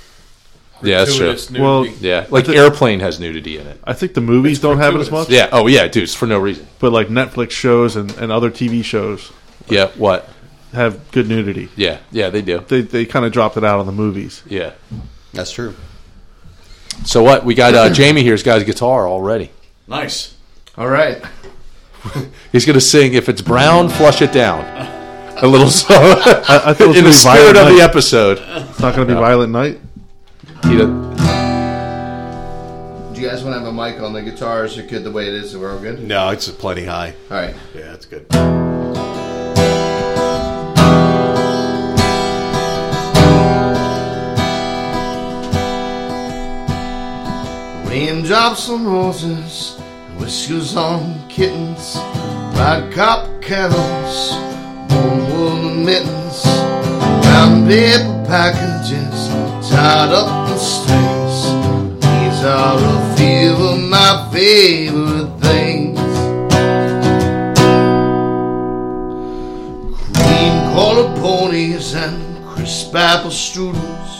Yeah, that's true.
Gratuitous
Well-
nudity.
Yeah, like Airplane has nudity in it.
I think the movies don't have it as much,
Yeah. Oh yeah, dude. It's for no reason.
but like Netflix shows and, and other TV shows
Yeah. What?
have good nudity.
Yeah. Yeah. They do.
They they kind of dropped it out on the movies.
Yeah.
That's true.
So what? We got uh, Jamie here's got his guitar already.
Nice.
All right.
He's gonna sing "If It's Brown, Flush It Down." A little song
I, I thought it was
in
gonna
the
be
spirit
Violent
of the
Night.
episode.
It's not going to be Violent Night.
He did-
Do you guys want to have a mic on the guitars or good the way it is? We're all good?
No, it's plenty high.
All right.
Yeah, that's good.
Raindrops on roses, whiskers on kittens, black cop kettles, warm woolen mittens, brown paper packages tied up in strings. These are a few of my favorite things. Cream colored ponies and crisp apple strudels,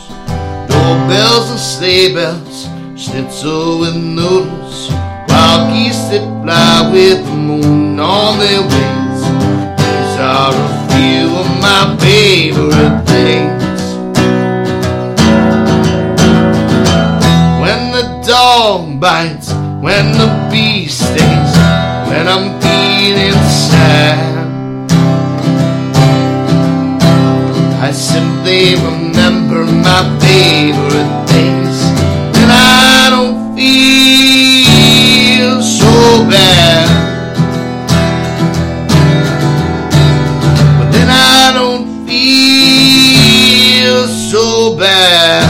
doorbells and sleigh bells, schnitzel with noodles, wild geese that fly with the moon on their wings. These are a few of my favorite things. When the dog bites, when the bee stings, when I'm feeling sad. I simply remember my favorite things, and I don't feel so bad. But then I don't feel so bad.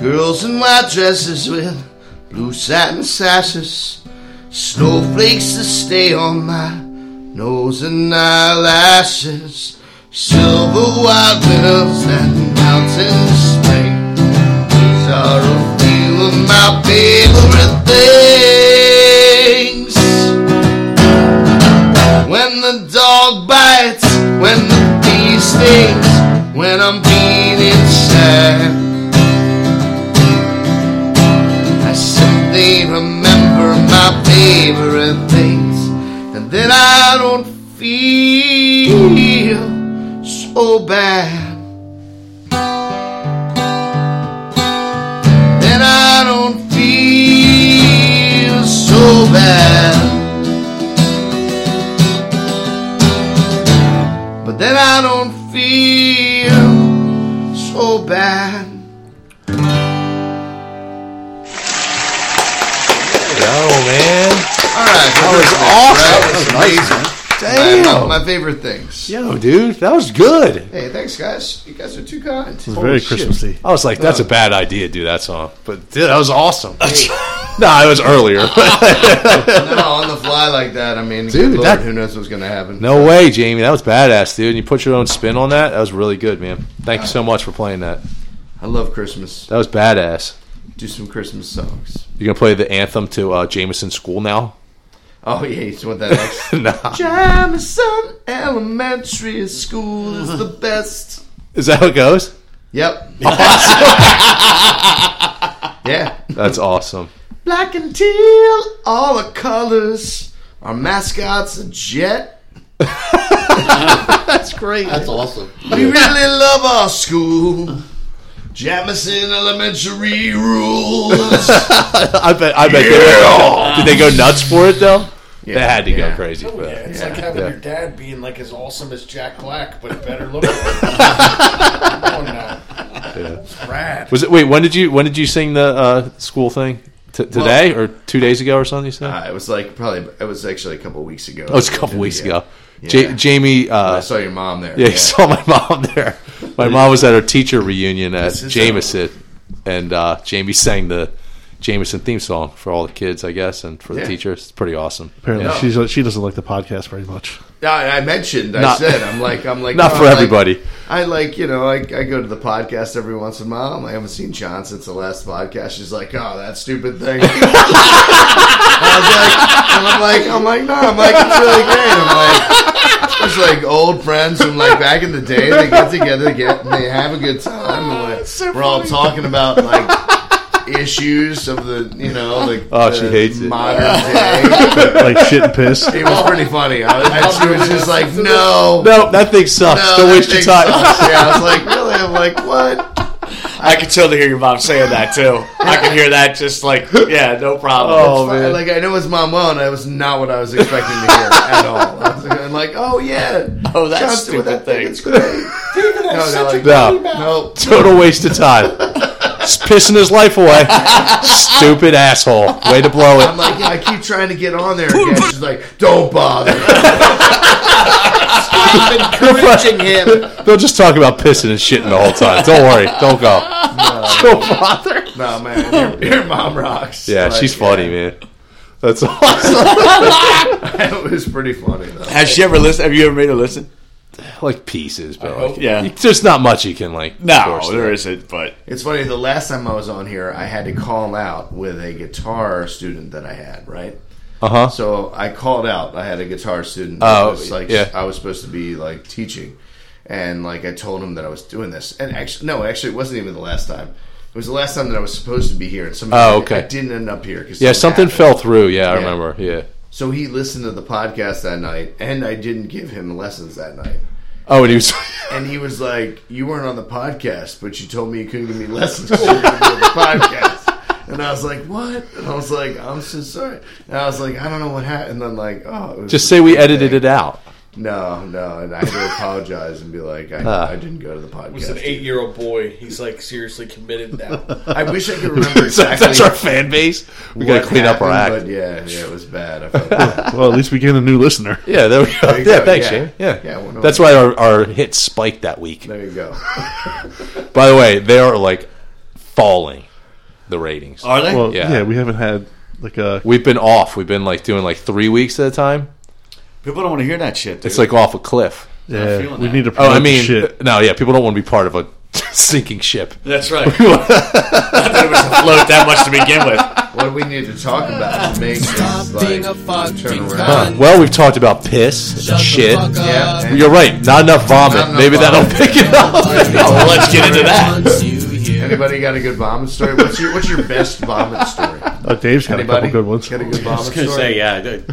Girls in white dresses with blue satin sashes, snowflakes that stay on my nose and eyelashes, silver white windows that melt in the spring. These are a few of my favorite things. When the dog bites, when the bee stings, when I'm feeling sad. I simply remember my favorite things, and then I don't feel so bad. Then I don't feel so bad. But then I don't feel so bad.
Yo, man,
All right, that
was awesome. That was nice, man.
Damn. My, my favorite things.
Yo, dude, that was good.
Hey, thanks, guys. You guys are too kind.
It's very Christmassy.
I was like, that's a bad idea, dude, that song. But, dude, that was awesome. no, it was earlier.
no, on the fly like that. I mean,
Dude,
good Lord,
that-
who knows what's gonna happen?
no way, Jamie. That was badass, dude. And you put your own spin on that. That was really good, man. Thank you so much for playing that.
I love Christmas.
That was badass.
Do some Christmas songs.
You're going to play the anthem to uh, Jameson School now?
Oh yeah, you just want that next.
nah.
Jamison Elementary School is the best.
Is that how it goes?
Yep. yeah.
That's awesome.
Black and teal, all the colors. Our mascot's a jet.
That's great.
That's awesome.
We really love our school. Jamison Elementary rules.
I bet. I bet. They, did they go nuts for it though? they had to
yeah.
go crazy. for that.
It's like having your dad being like as awesome as Jack Black, but better looking. Come on now. It's rad.
Was it? Wait, when did you? When did you sing the uh, school thing? T- today or two days ago or something? You said?
Uh, it was like probably it was actually a couple weeks ago.
oh, it's a couple weeks
Yeah.
ago. Ja-
Yeah.
Jamie.
I
Uh,
saw your mom there.
yeah, you saw my mom there. My mom was at her teacher reunion at
This is
Jameson, and uh, Jamie sang the Jameson theme song for all the kids, I guess, and for the
Yeah.
teachers. It's pretty awesome.
Apparently,
Yeah.
she's, she doesn't like the podcast very much.
I, I mentioned. I
Not-
said. I'm like. I'm like.
Not
oh,
for
I like-
everybody.
I like. You know. I, I go to the podcast every once in a while. I'm like, I haven't seen John since the last podcast. She's like, oh, that stupid thing. I was like, and I'm like, I'm like, no, I'm like, it's really great. I'm like, it's like old friends from like back in the day. They get together, they get, they have a good time. and, like, we're all talking about like issues of the, you know, like
Oh,
the
she hates it.
modern day.
Like shit and piss.
It was pretty funny. I, I, she was just like, no.
No, that thing sucks. Don't
that
waste your
thing
time.
sucks. Yeah, I was like, really? I'm like, what?
I could totally hear your mom saying that too. I could hear that just like, yeah, no problem.
Oh
Fine.
man.
Like, I know his mom well, and that was not what I was expecting to hear at all. I was like, I'm like, oh, yeah.
Oh, that
John's doing
stupid thing.
It's great. David has such a
No.
no.
Total waste of time. It's pissing his life away. Stupid asshole. Way to blow
I'm
it.
like, yeah, I keep trying to get on there again. She's like, don't bother. Stop encouraging him.
They'll just talk about pissing and shitting the whole time. Don't worry. Don't go. Don't bother.
No, man, your, your mom rocks.
Yeah,
Like,
she's funny, man. That's awesome.
It was pretty funny, though.
Has she ever listened? Have you ever made her listen?
like pieces, but like,
yeah.
there's not much you can like. force
No,
there.
there isn't. But
It's funny. The last time I was on here, I had to call out with a guitar student that I had. Right.
Uh huh.
So I called out. I had a guitar student.
Oh,
that was like
yeah.
I was supposed to be like teaching, and like I told him that I was doing this. And actually, no, actually, it wasn't even the last time. It was the last time that I was supposed to be here, and something.
Oh, okay.
I didn't end up here because
Yeah, something fell through. Yeah, I remember. Yeah.
So he listened to the podcast that night, and I didn't give him lessons that night.
Oh, and he was.
And he was like, "You weren't on the podcast, but you told me you couldn't give me lessons 'cause you were gonna be on the podcast." And I was like, "What?" And I was like, "I'm so sorry." And I was like, "I don't know what happened." And then like, "Oh, it was
Just say we edited it out.
No, no, and I had to apologize and be like, "I,
Ah.
I didn't go to the podcast."
It was an eight-year-old boy. He's like seriously committed now.
I wish I could remember exactly.
That's our fan base. We gotta
what
clean up our
happened,
act.
But yeah, yeah, it was bad. I felt bad.
Well, at least we get a new listener.
Yeah, there we go. yeah,
you go,
thanks,
yeah.
Shane. Yeah,
Yeah, well, no.
that's why our, our hits spiked that week.
there you go.
By the way, they are like falling the ratings.
are they?
Well,
Yeah.
yeah. we haven't had like a.
We've been off. We've been like doing like three weeks at a time.
People don't want to hear that shit. Dude.
It's like off a cliff.
Yeah,
feeling
we
that.
need to.
Oh,
promote
I
the
mean,
shit.
no, yeah, people don't want to be part of a sinking ship.
that's right. Not that it was afloat that much to begin with.
What do we need to talk about to make this like turn around?
Well, we've talked about piss and shit.
Yeah, and-
You're right. Not enough vomit.
Not enough
Maybe
vomit.
that'll pick it up.
Well, let's get into that.
Anybody got a good vomit story? What's your What's your best vomit story?
Oh, Dave's got a
Anybody
couple good ones.
Got a good vomit story?
gonna say, yeah. dude.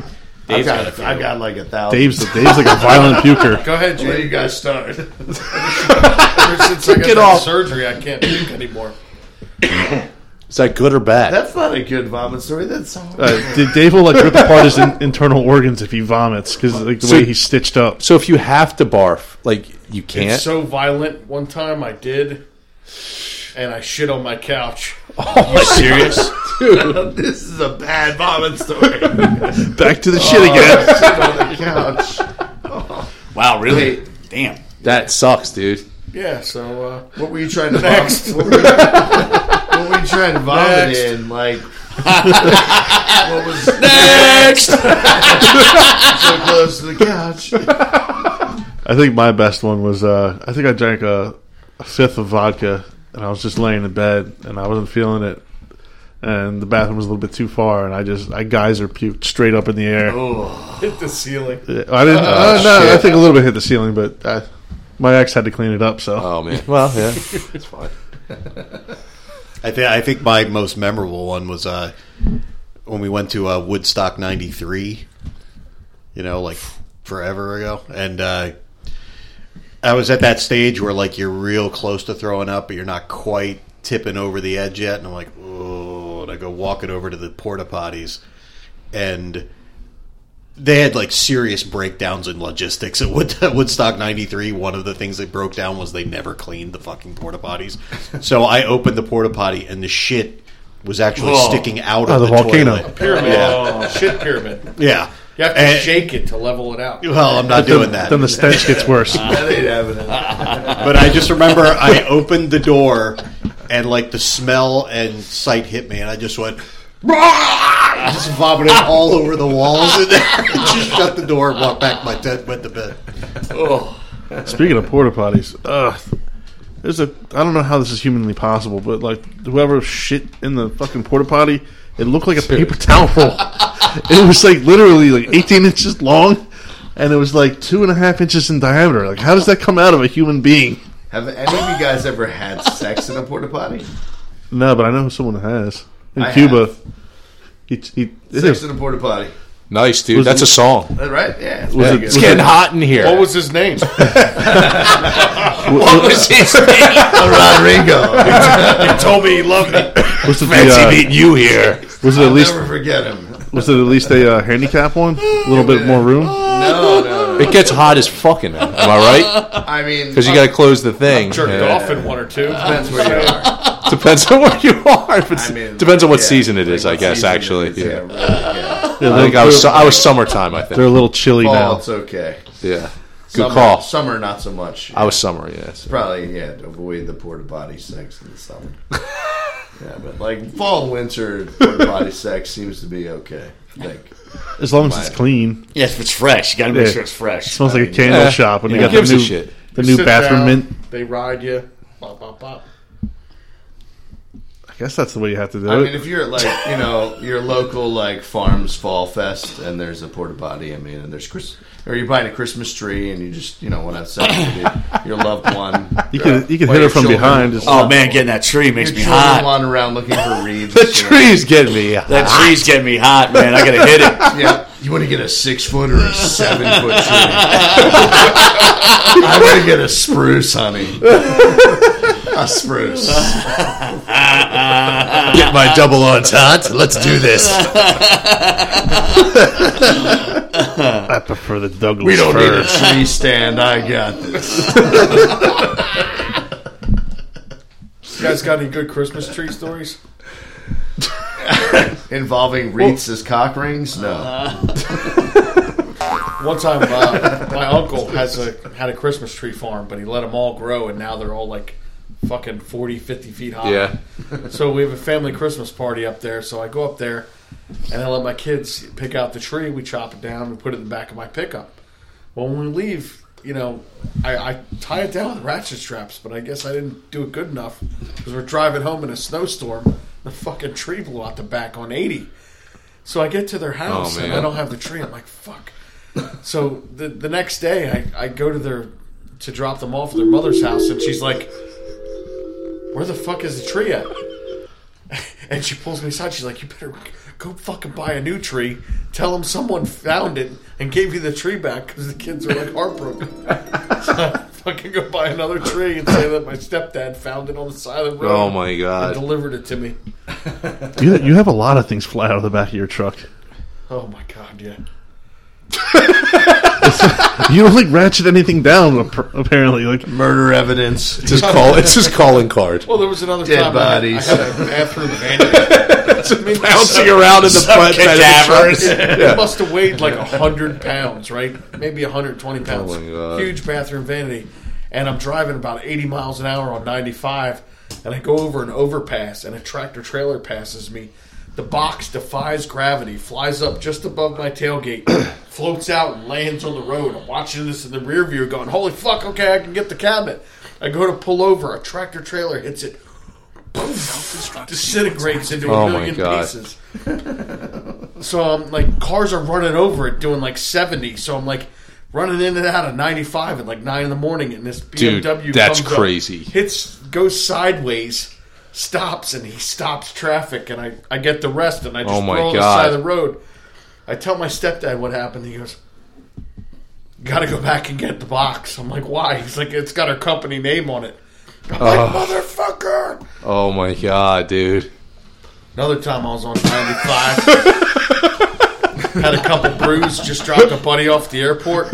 I've
Dave's got a
got,
few.
I've got like a thousand.
Dave's Dave's like a violent puker.
Go ahead, Jay.
Where you guys started?
Ever since I got
it
that
off.
surgery, I can't puke anymore.
Is that good or bad?
That's not a good vomit story. That's all.
Uh, D- Dave will like rip apart his in- internal organs if he vomits because like the
So-
way he's stitched up.
so if you have to barf, like you can't.
It's so violent. One time I did. and I shit on my couch.
You serious?
this is a bad vomit story.
Back to the shit again.
Couch.
wow, really?
Wait.
Damn.
That sucks, dude.
Yeah, so uh,
What were you trying to
Next.
Vom- what, were you, what were you trying to vomit
Next.
in? Like, what was so close to the couch?
I think my best one was uh, I think I drank a, a fifth of vodka and I was just laying in bed and I wasn't feeling it. And the bathroom was a little bit too far, and I just I geyser puked straight up in the air.
hit the ceiling.
I didn't. uh, no, I think a little bit hit the ceiling, but I, my ex had to clean it up. So
Oh man. Well, yeah.
I think I think my most memorable one was uh, when we went to uh, Woodstock '93. You know, like forever ago, and uh, I was at that stage where like you're real close to throwing up, but you're not quite tipping over the edge yet. And I'm like, oh, and I go walking over to the porta potties, and they had like serious breakdowns in logistics at Wood- Woodstock 93. One of the things that broke down was they never cleaned the fucking porta potties. so I opened the porta potty and the shit was actually sticking out of
Oh. the
the,
volcano.
toilet.
Pyramid, shit pyramid.
Yeah.
You have to
And-
shake it to level it out.
Well, I'm not doing that.
then the stench gets worse.
That ain't happening.
but I just remember I opened the door and like the smell and sight hit me, and I just went. "Rah!" Just vomited all over the walls, and just shut the door and walked back to my tent, went to bed.
Speaking of porta potties, ugh, there's a I don't know how this is humanly possible, but like whoever shit in the fucking porta potty, it looked like a paper towel roll. it was like literally like 18 inches long, and it was like two and a half inches in diameter. Like how does that come out of a human being?
Have any of you guys ever had sex in a porta potty?
No, but I know someone has in
I
Cuba.
have.
He, he, it
Sex
is.
in a porta potty.
Nice, dude. That's a song.
That Right? Yeah. it's
Was
pretty
it-
good.
It's getting hot in here.
What was his name?
What was his name?
Rodrigo.
told me he loved me.
Was it, the,
Fancy
uh,
meeting you here.
was it at least
Never forget him.
was it at least a uh, handicap one? A little bit more room.
No, Oh, no. no.
It gets hot as fucking. Am I right?
I mean, uh,
Because you got to close the thing.
Jerked
Yeah.
off in one or two.
depends where you are.
Depends on where you are. If it's,
I mean,
depends on what
yeah,
season it is,
like
I
what
guess.
season it
Actually,
is,
yeah.
yeah. really, yeah.
I think I was. I was summertime. I
They're a
think.
little chilly
Fall,
now.
it's okay.
Yeah.
Summer,
Good call.
Summer, not so much.
I was summer. Yeah. so-
Probably, yeah, avoid the porta potty sex in the summer. yeah, but like fall, winter, porta potty sex seems to be okay. I think.
As long as it's clean.
Yeah, if it's fresh, you got to make
Yeah.
sure it's fresh.
Smells like a candle shop when
Who
they got
gives
the
a
new,
shit?
The new
Sit
bathroom
down,
mint.
They ride you. Bop, bop, bop.
I guess that's the way you have to do
I
it.
mean, if you're at like you know your local like farms fall fest and there's a porta potty, I mean, and there's Chris, or you're buying a Christmas tree and you just you know want to have sex with your, your loved one.
you can you can
While your
hit her from
children-
behind. It's
oh man, getting that tree makes
Your
me
children
hot.
wander around looking for reeds.
The
you know.
tree's getting me.
That tree's getting me hot, man. I gotta hit it.
Yeah, you want to get a six foot or a seven foot tree? I want to get a spruce, honey. A spruce.
Get my double odds hot. Let's do this.
I prefer the Douglas.
We don't need
fir.
a tree stand. I got this.
You guys got any good Christmas tree stories?
Involving wreaths as cock rings? No.
One time, uh, my uncle has a had a Christmas tree farm, but he let them all grow, and now they're all like fucking 40, 50 feet high.
Yeah.
So we have a family Christmas party up there. So I go up there, and I let my kids pick out the tree. We chop it down. We put it in the back of my pickup. Well, when we leave, you know, I, I tie it down with ratchet straps, but I guess I didn't do it good enough because we're driving home in a snowstorm. The fucking tree blew out the back on eighty. So I get to their house
Oh,
and
man.
I don't have the tree. I'm like, fuck. So the the next day, I, I go to their to drop them off at their mother's house, and she's like, "Where the fuck is the tree at?" And she pulls me aside. She's like, "You better go fucking buy a new tree. Tell them someone found it and gave you the tree back because the kids are like heartbroken." so I fucking go buy another tree and say that my stepdad found it on the side of the road.
Oh my
And
god.
delivered it to me.
You, you have a lot of things fly out of the back of your truck.
Oh my god, yeah.
you don't like ratchet anything down ap- apparently. Like
Murder evidence.
It's his call. It's his calling card.
Well, there was another
Dead
time I had-
bodies.
I had a bathroom vanity.
Bouncing around in the front bed of the
cadavers.
truck.
It must have weighed like hundred pounds, right? Maybe hundred twenty pounds.
Oh my God.
Huge bathroom vanity, and I'm driving about eighty miles an hour on ninety five, and I go over an overpass, and a tractor trailer passes me. The box defies gravity, flies up just above my tailgate, floats out and lands on the road. I'm watching this in the rear view, going, "Holy fuck! Okay, I can get the cabinet." I go to pull over, a tractor trailer hits it, disintegrates into
Oh
a
my
million
God.
pieces. So I'm like, cars are running over it, doing like 70. So I'm like, running in and out of 95 at like nine in the morning, and this BMW
Dude, that's
comes up,
crazy.
hits, goes sideways, stops, and he stops traffic, and I I get the rest, and I just
Oh my
roll on the
God.
side of the road. I tell my stepdad what happened. He goes. Gotta go back and get the box. I'm like, why? He's like, it's got her company name on it. I'm like, motherfucker!
Oh my god, dude.
Another time I was on 95. Had a couple brews, just dropped a buddy off the airport.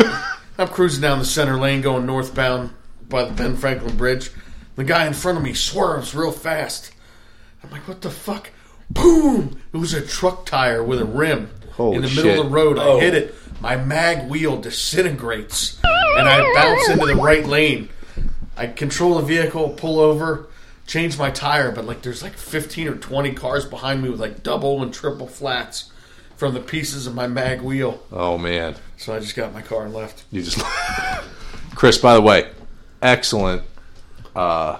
I'm cruising down the center lane going northbound by the Ben Franklin Bridge. The guy in front of me swerves real fast. I'm like, what the fuck? Boom! It was a truck tire with a rim in the middle
shit.
of the road. I hit it. My mag wheel disintegrates, and I bounce into the right lane. I control the vehicle, pull over, change my tire, but like there's like 15 or 20 cars behind me with like double and triple flats from the pieces of my mag wheel.
Oh man.
So I just got my car and left.
You just Chris, by the way, excellent uh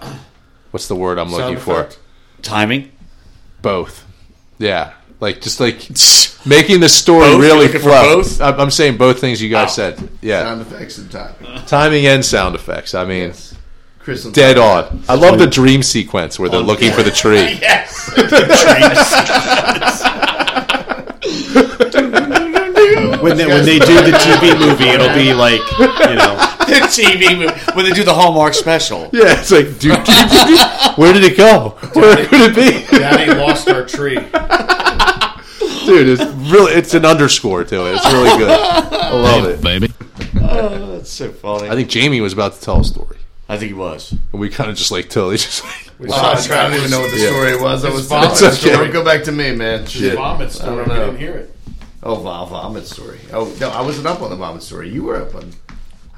what's the word I'm looking
Sound
for?
effect.
Timing.
Both. Yeah. Like just like making the story
Both? You're
really
looking for
flow.
both?
I'm I'm saying both things you guys said. Yeah.
Sound effects and time.
Timing and sound effects. I mean
Chris and
Dead on. I love the dream sequence
Oh,
where they're looking for the tree.
Yes.
When they, when they do the TV movie, it'll be like you know.
the TV movie when they do the Hallmark special.
Yeah, it's like, dude, where did it go? Where could it be?
Daddy lost our tree.
Dude, it's really, it's an underscore to it. It's really good. I love it.
baby.
That's so funny.
I think Jamie was about to tell a story.
I think he was.
And we kind of just like totally just like,
Ah, I don't even know what the
Yeah.
story was. I was
vomit
telling the
story.
story. Go back to me, man. Shit.
Vomit story.
I don't know.
I didn't hear it.
Oh, Val vomit story. Oh no, I wasn't up on the vomit story. You were up on.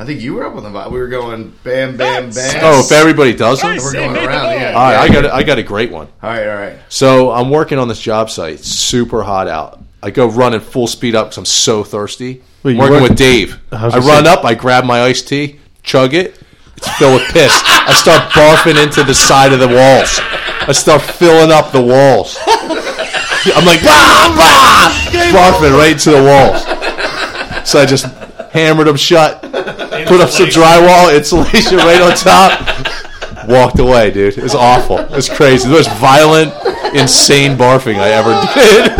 I think you were up on the vomit. We were going bam, bam, bam.
oh, if everybody does them?
we're going around. Yeah.
All right, I
yeah.
got, a, I got a great one.
All right, all right.
So I'm working on this job site, super hot out. I go running full speed up because I'm so thirsty.
Wait, you
working
work-
with Dave.
I was
I
gonna
run
say-
up, I grab my iced tea, chug it. It's filled with piss. I start barfing into the side of the walls. I start filling up the walls. I'm like, rah, rah, barfing right into the walls. So I just hammered them shut, put up some drywall, insulation right on top, walked away, dude. It was awful. It was crazy. The most violent, insane barfing I ever did.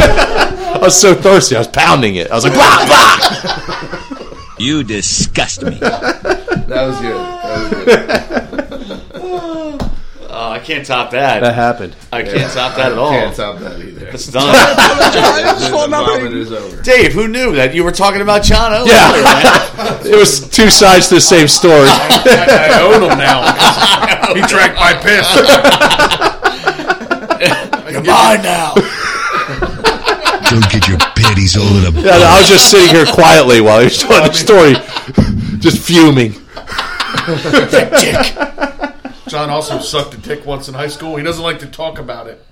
I was so thirsty. I was pounding it. I was like, blah, blah.
You disgust me.
That was good. That was good.
Oh, I can't top that.
happened.
I can't top that at all.
Can't top that either.
It's done.
The vomit is over.
Dave, who knew that you were talking about John O? earlier, man?
Yeah. it was two sides to the same story.
I, I own him now. he drank my piss.
Goodbye now.
Go get your panties all in a.
And I was just sitting here quietly while he was telling the story, just fuming.
John also sucked a dick once in high school. He doesn't like to talk about it.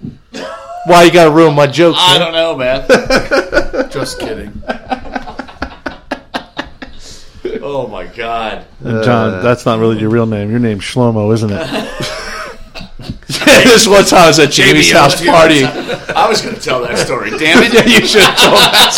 Why you gotta ruin my jokes?
Ah,
I
man?
don't know, man.
Just kidding.
Oh my god.
And John, that's not really your real name. Your name's Shlomo, isn't it?
this one time I was at Jamie's house partying.
I was going to tell that story. Damn it.
yeah, you should have told that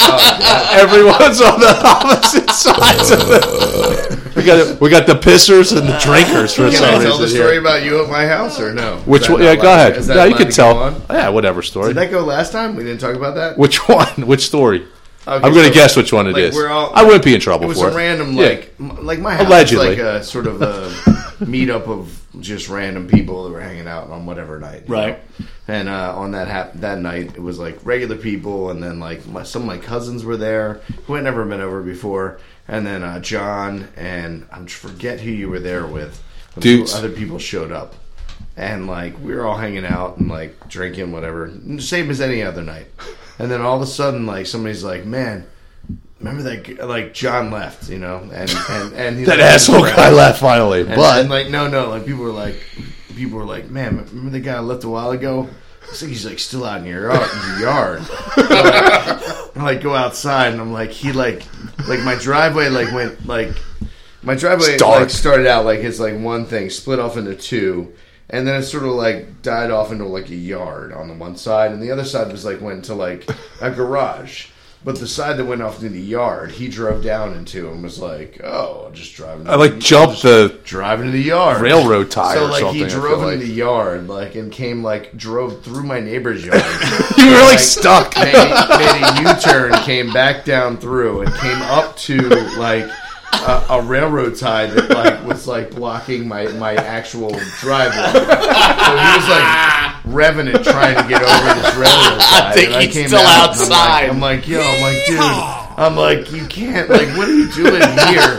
story. Everyone's on the opposite sides of the. We got we got the pissers and the drinkers for
Can
some
I tell
reason
the
here.
story about you at my house or no?
Which
Is that
one?
not
Yeah, go
allowed-
ahead.
is that
Yeah, you
allowed
can
to
tell.
go on?
Yeah, whatever story.
Did that go last time? We didn't talk about that.
Which one? Which story?
Okay,
I'm going
so
to guess which one it
like,
is.
we're all-
I wouldn't be in trouble
It was
for
a random
Yeah.
like m- like my house
Allegedly.
was like a sort of a meetup of just random people that were hanging out on whatever night, you
Right.
know? And uh, on that hap- that night, it was like regular people, and then like my, some of my cousins were there who had never been over before, and then uh, John, and I forget who you were there with. when
Dudes.
other people showed up, and like we were all hanging out and like drinking whatever, same as any other night. And then all of a sudden, like somebody's like, "Man, remember that?" g- Like John left, you know, and and and he
That asshole guy left finally.
and
but
then, like, no, no, like people were like, people were like, man, remember the guy I left a while ago? It's like he's like still out in your yard. Your yard. I like go outside and I'm like, he like, like my driveway like went like, my driveway
It's dark.
like started out like it's like one thing split off into two. And then it sort of like died off into like a yard on the one side, and the other side was like went to like a garage. But the side that went off into the yard, he drove down into and was like, "Oh, I'll just driving."
I like jumped the
driving to the yard.
railroad tie
So
or
like
something.
he
I feel
drove
like.
into the yard, like and came like drove through my neighbor's yard.
you were like
like-
stuck.
made, made a U turn, came back down through, and came up to like a, a railroad tie that like was like blocking my my actual driveway. So he was like revving it, trying to get over this railroad tie. I
think he's still
and I'm like-
outside.
I'm like, yo, I'm like, dude, I'm like, you can't. Like, what are you doing here?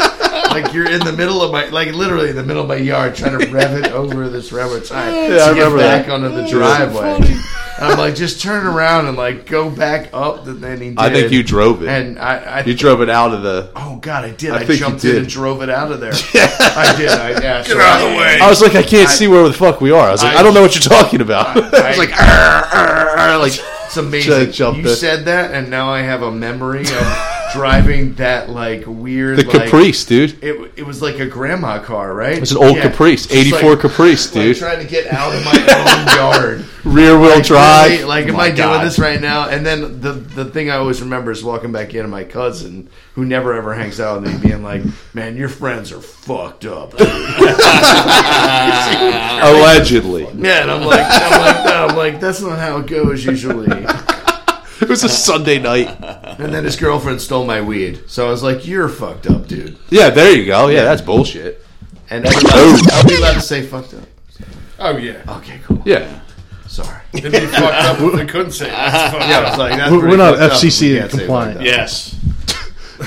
Like you're in the middle of my, like literally in the middle of my yard, trying to rev it over this railroad tie to
I
get
remember
back
that.
onto the driveway. And I'm like, just turn around and like go back up. And then he did.
I think you drove it.
And I, I
you drove it out of the.
oh god, I did.
I
I,
think you
jumped in
did.
and drove it out of there. I did. I, yeah, get out of the way.
I was like, I can't see where the fuck we are. I was like, I,
I-
don't know what you're talking about. I, was like, "Arr, arr, arr," like
It's amazing.
Jump
you
in.
said that, and now I have a memory of driving that like weird
the
like,
Caprice, dude.
It, it was like a grandma car, right?
It's an old Caprice,
Just
84 Caprice,
like
dude.
trying to get out of my own yard.
Rear wheel drive.
Really? Like,
Oh
am
my
I doing
God.
this right now? And then the the thing I always remember is walking back in, and my cousin, who never ever hangs out with me, being like, "Man, your friends are fucked up." dude."
Allegedly,
yeah, and I'm like, I'm like, no, I'm like, that's not how it goes usually. And
it was a Sunday night.
then his girlfriend stole my weed, so I was like, "You're fucked up, dude."
Yeah, there you go. Yeah, that's bullshit.
And everybody, I'll be allowed to say "fucked up."
Oh yeah,
Okay, cool.
Yeah,
Sorry.
They'd be fucked up if they couldn't say that's fucked
Yeah, I
up.
was like, that's
We're-
pretty
we're not
fucked up.
FCC
We can't say fucked
compliant.
up.
Yes.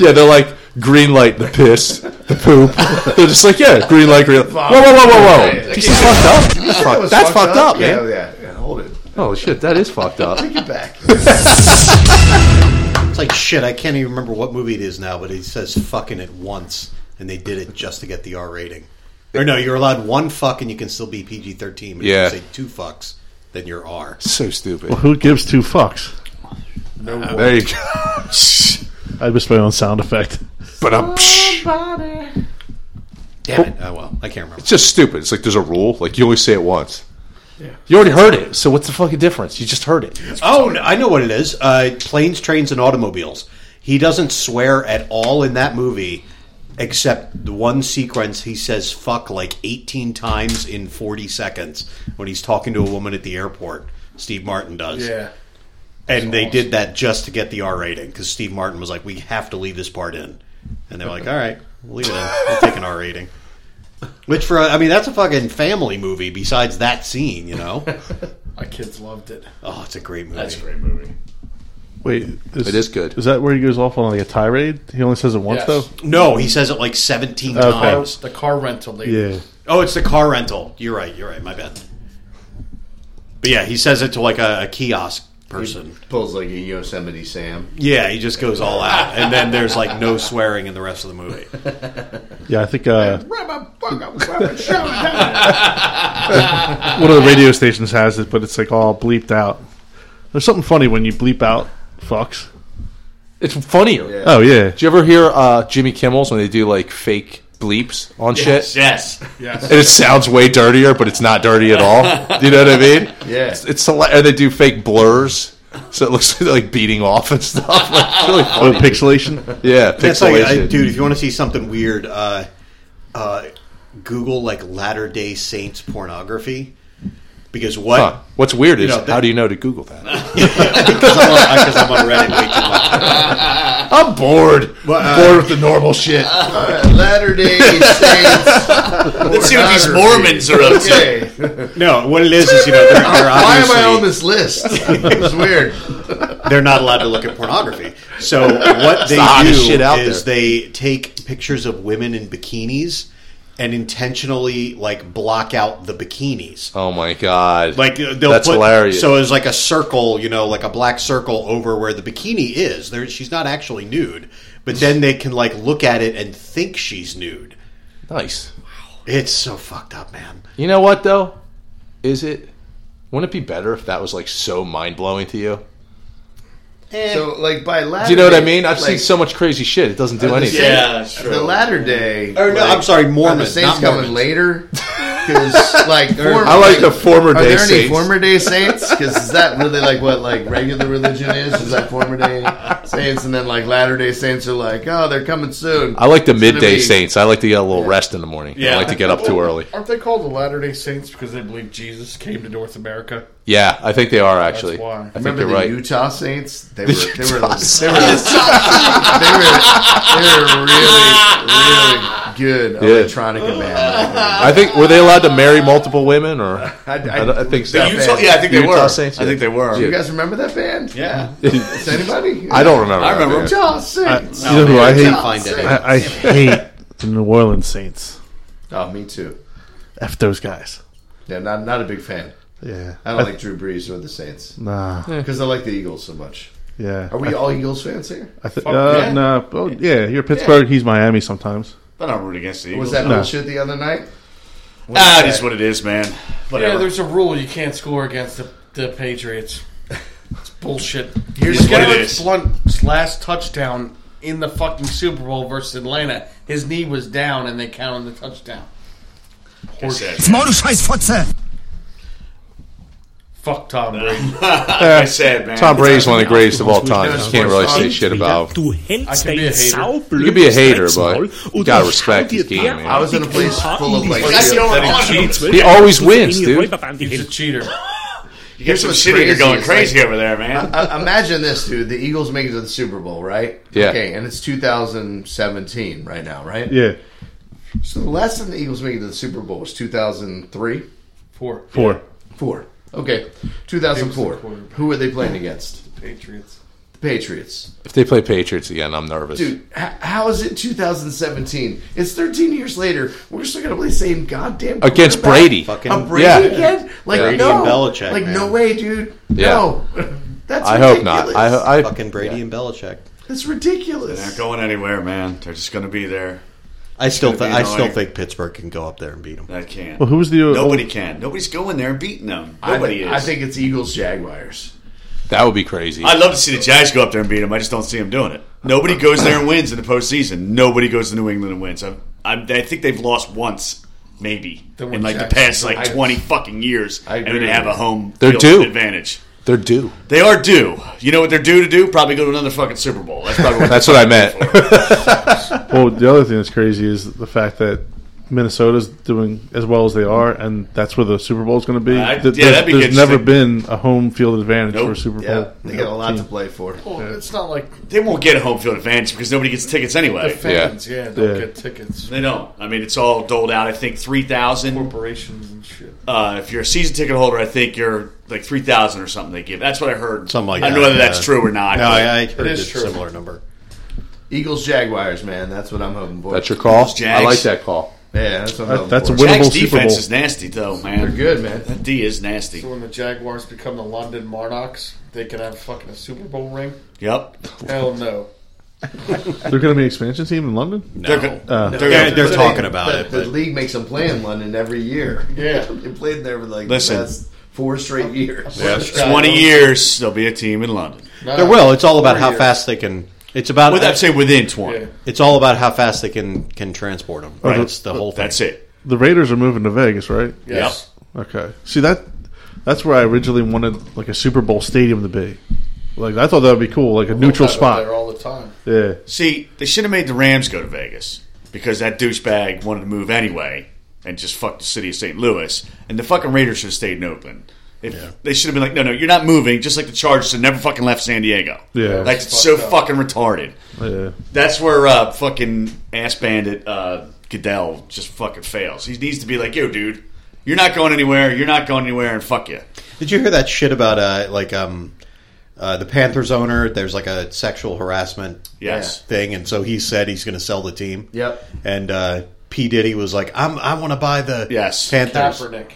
yeah. They're like green light the piss, the poop. They're just like, yeah, green light, green. Light. Whoa, whoa, whoa, whoa, whoa. This is fucked up. This is
That
fucked-
was
That's fucked up,
yeah,
man.
Yeah, yeah. Hold it.
Oh shit, that is fucked up.
Get back.
It's like shit. I can't even remember what movie it is now, but he says fucking it once, and they did it just to get the R rating. Or no, you're allowed one fuck, and you can still be PG thirteen. But
Yeah.
if you say two fucks, then you're R.
So stupid.
Who gives two fucks?
There you go.
I missed my own sound effect.
But I'm
Damn it. Oh well, I can't remember.
it's just stupid. It's like there's a rule. Like you only say it once. You already heard it, so what's the fucking difference? You just heard it.
Oh, no, I know what it is. Uh, planes, trains, and automobiles. He doesn't swear at all in that movie, except the one sequence he says "fuck" like eighteen times in forty seconds when he's talking to a woman at the airport. Steve Martin does.
Yeah.
And they did that just to get the R rating because Steve Martin was like, "We have to leave this part in," and they're like, "All right, we'll leave it in. We'll take an R rating." Which for a- I mean, that's a fucking family movie. Besides that scene, you know,
My kids loved it.
oh, it's a great movie.
That's a great movie.
Wait, is,
It is good.
Is that where he goes off on like a tirade? He only says it once
Yes.
though.
No, he says it like seventeen
Okay.
Car,
times.
the car rental lady.
Oh, it's the car rental. You're right. You're right. My bad. But yeah, he says it to like a, a kiosk person.
Pulls like a Yosemite Sam.
Yeah, he just goes all out, and then there's like no swearing in the rest of the movie.
yeah. I think uh,
That's
one of the radio stations has it, but it's like all bleeped out. There's something funny when you bleep out fucks.
It's funnier. Do
Oh yeah,
you ever hear uh, Jimmy Kimmel's when they do like fake bleeps on shit?
Yes.
And it sounds way dirtier, but it's not dirty at all. Do you know what I mean?
Yeah.
It's, it's hila- or they do fake blurs, so it looks like they're, like beating off and stuff. Like, it's really
oh,
funny.
pixelation.
yeah,
That's like, I,
pixelation.
dude, if you want to see something weird, uh, uh, Google like Latter Day Saints pornography, because what?
Huh. What's weird is
You know, that-
how do you know to Google that?
Because I'm, on- 'cause I'm on Reddit way too much.
I'm bored.
But, uh,
bored with the normal shit.
Latter Day Saints
Let's see what these Mormons are up to.
Okay.
No, what it is is you know they're, they're
Why am
obviously
I on this list? It's weird.
they're not allowed to look at pornography. So what they
the hottest
do
shit out
is they take pictures of women in bikinis and intentionally like block out the bikinis.
Oh my god!
Like uh, they'll
That's
put,
hilarious.
So it's like a circle, you know, like a black circle over where the bikini is. There, she's not actually nude, but then they can like look at it and think she's nude.
nice.
It's so fucked up, man.
You know what though? Is it? Wouldn't it be better if that was like so mind blowing to you?
So, like, by latter
Do you know what I
day,
mean? I've seen
like,
so much crazy shit. It doesn't do
I
anything.
just-
Yeah, that's true.
The latter day.
Or no, I'm sorry,
Mormon.
Mormons,
the saints
not
coming
Mormons.
later? Because, like, former-
I like the former
Are
day
there any
saints.
former day saints? Because is that really like what like regular religion is? Is that former day saints, and then like latter day saints are like, oh, they're coming soon.
I like the
It's gonna
midday
be-
saints. I like to get a little rest in the morning. I
Yeah.
like to get up too early.
Aren't they called the Latter Day Saints because they believe Jesus came to North America?
Yeah, I think they are actually.
That's why.
I think
Remember
they're
the
right.
Utah Saints? They were, they were, they were, they were,
Utah Saints.
they were really, really good
Yeah.
electronica band.
I think were they allowed to marry multiple women or?
I,
I, don't- I think so.
The Utah, yeah, I think they
Utah
were.
Saints,
I think they were.
You guys remember that band?
Yeah.
Does anybody?
I don't remember.
I
that
remember.
band.
Utah Saints.
You know who I hate?
find it.
I, I hate the New Orleans Saints.
Oh, me too.
F those guys.
Yeah, not not a big fan.
Yeah.
I don't like Drew Brees or the Saints
Nah.
because I like the Eagles so much.
Yeah.
Are we all Eagles fans here?
I th-
Fuck
uh,
yeah.
No. Oh, yeah. You're Pittsburgh. He's Miami sometimes.
But I'm rooting against the Eagles.
Was that
No.
bullshit the other night?
Ah, it is what it is, man.
Yeah,
Whatever.
there's a rule you can't score against the, the Patriots. It's bullshit.
Here's what it
Garrett
is.
Blunt's last touchdown in the fucking Super Bowl versus Atlanta, his knee was down and they counted the touchdown.
It's sad.
Fuck Tom Brady.
Like I said, man.
Tom Brady's one of the greatest of all time. You can't really say shit about. him.
Du hältst
can be
dein
a hater.
saublödes
You can be a hater,
Drecksmaul
but you
und
gotta
ich
respect
hau
his
dir
game,
derartig
man.
I was in a place
ein paar
full of
in die
like.
That's the
real-
only
that
one.
is-
Fresse.
He always wins,
In die
dude.
Räuberbande
He's a
hält.
cheater.
You get some
what's
shit and you're
crazy
going
is, like-
crazy over there, man.
I- Uh, imagine this, dude. The Eagles make it to the Super Bowl, right?
Yeah.
Okay, and it's 2017 right now, right?
Yeah.
So the last time the Eagles made it to the Super Bowl was 2003,
Four.
Four.
four. Okay, 2004.
It was the quarterback.
Who were they playing against?
Patriots.
The Patriots.
If they play Patriots again, I'm nervous.
Dude, h- how is it 2017? It's 13 years later. We're still gonna play the same goddamn
Against
quarterback?
Brady.
A
Fucking
Brady
Yeah.
again? Like
Brady
no,
and Belichick,
Like no
man.
way, dude.
Yeah.
No, that's
I hope not. I, ho- I
fucking Brady and Belichick.
that's
They're not
ridiculous.
going anywhere, man. They're just going to be there.
I still,
gonna
th-
be
I still
annoying.
think Pittsburgh can go up there and beat them.
That can't.
Well, who was the
Nobody can. Nobody's going there and beating them.
I,
Nobody
I
is.
think it's Eagles Jaguars.
that would be crazy.
I'd love to see the Giants go up there and beat them. I just don't see them doing it. Nobody goes there and wins in the postseason. Nobody goes to New England and wins. I, I, I think they've lost once, maybe,
They won
in like the
Jackson.
past like
I-
twenty fucking years,
I
and
agree
they have
with
a home
They're
field
due.
advantage.
They're due.
They are due. You know what they're due to do? Probably go to another fucking Super Bowl. That's probably what
That's what I meant.
Well, the other thing that's crazy is the fact that Minnesota's doing as well as they are, and that's where the Super Bowl is going to be.
Uh,
Th-
yeah,
there's
that'd be
there's never
interesting.
been a home field advantage
Nope.
for a Super Bowl.
Yeah, they got a lot to
team.
play for.
Well, it's not like
they won't get a home field advantage because nobody gets tickets
the
anyway.
fans, yeah, don't
Yeah.
get tickets.
They don't. I mean, it's all doled out. I think three thousand.
Corporations and shit.
Uh, if you're a season ticket holder, I think you're like three thousand or something. They give. That's what I heard.
Something like
I don't
that,
know whether that's
yeah.
true or not.
No,
but-
I, I heard
is
a
true.
similar number.
Eagles Jaguars, man. That's what I'm hoping for.
That's your call. I
Jags.
like that call.
yeah. That's what I'm hoping
that's
for.
a win-
Jack's
Winnable Super
defense
Bowl.
is nasty, though, man.
They're good, man.
That D is nasty.
So when the Jaguars become the London Monarchs, they can have fucking a Super Bowl ring?
Yep.
Hell no.
They're going to be an expansion team in London. Uh,
They're, go- they're,
They're,
they're-
they're talking about
the,
it,
The
but
league makes them play in London every year.
Yeah.
they played there for like
Listen.
the past four straight years.
Scott,
twenty
don't-
years. There'll be a team in London.
Nah.
there will. It's all about
Four
how
years.
fast they can. It's about.
With I'd say within twenty.
Yeah.
It's all about how fast they can can transport them. Right. That's the whole thing.
That's it.
The Raiders are moving to Vegas, right?
Yes.
Okay. See that? That's where I originally wanted like a Super Bowl stadium to be. Like I thought that would be cool, like a neutral
They're There
spot.
all the time.
Yeah.
See, they should have made the Rams go to Vegas because that douchebag wanted to move anyway and just fucked the city of St. Louis. And the fucking Raiders should have stayed in Oakland. If They should have been like, no, no, you're not moving. Just like the Chargers have never fucking left San Diego.
Yeah.
like
That's
it's so
fucked up.
fucking retarded.
Yeah.
That's where uh, fucking ass bandit uh, Goodell just fucking fails. He needs to be like, yo, dude, you're not going anywhere. You're not going anywhere, and fuck you.
Did you hear that shit about uh, like um, uh, the Panthers owner? There's like a sexual harassment
Yes.
thing, and so he said he's going to sell the team.
Yep.
And uh, P Diddy was like, "I'm I want to buy the
Yes.
Panthers."
Kaepernick.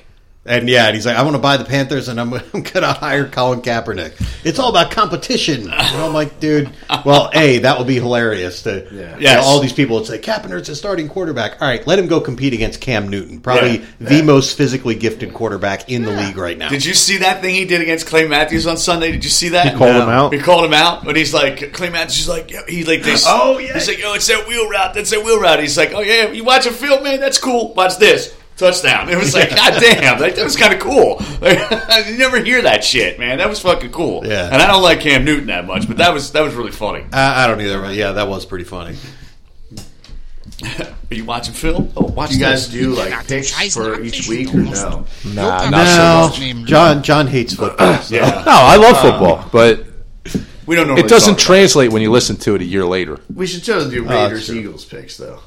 And yeah, and he's like, "I want to buy the Panthers, and I'm, I'm going to hire Colin Kaepernick." It's all about competition. And I'm like, dude, well, a that would be hilarious to
Yeah.
to
Yes.
all these people would say Kaepernick's a starting quarterback. All right, let him go compete against Cam Newton, probably
Yeah.
the most physically gifted quarterback in the league right now.
Did you see that thing he did against Clay Matthews on Sunday? Did you see that?
He called him out?
He called him out, and he's like, Clay Matthews is like, yeah, he like this.
Oh, yeah.
He's like, oh, it's that wheel route. That's that wheel route. He's like, oh yeah, you watch a film, man. That's cool. Watch this touchdown. It was like, god damn, like, that was kind of cool. Like, you never hear that shit, man. That was fucking cool.
Yeah.
And I don't like Cam Newton that much, but that was that was really funny.
I, I don't either, but yeah, that was pretty funny.
Are you watching film? Oh, watch
You guys
this.
do like picks for each week or no?
Nah,
No, John John hates football. so-
No, I
Um,
love football, but
We don't know.
it doesn't translate when you listen to it a year later.
We should show the
that's
Raiders
true.
Eagles picks though,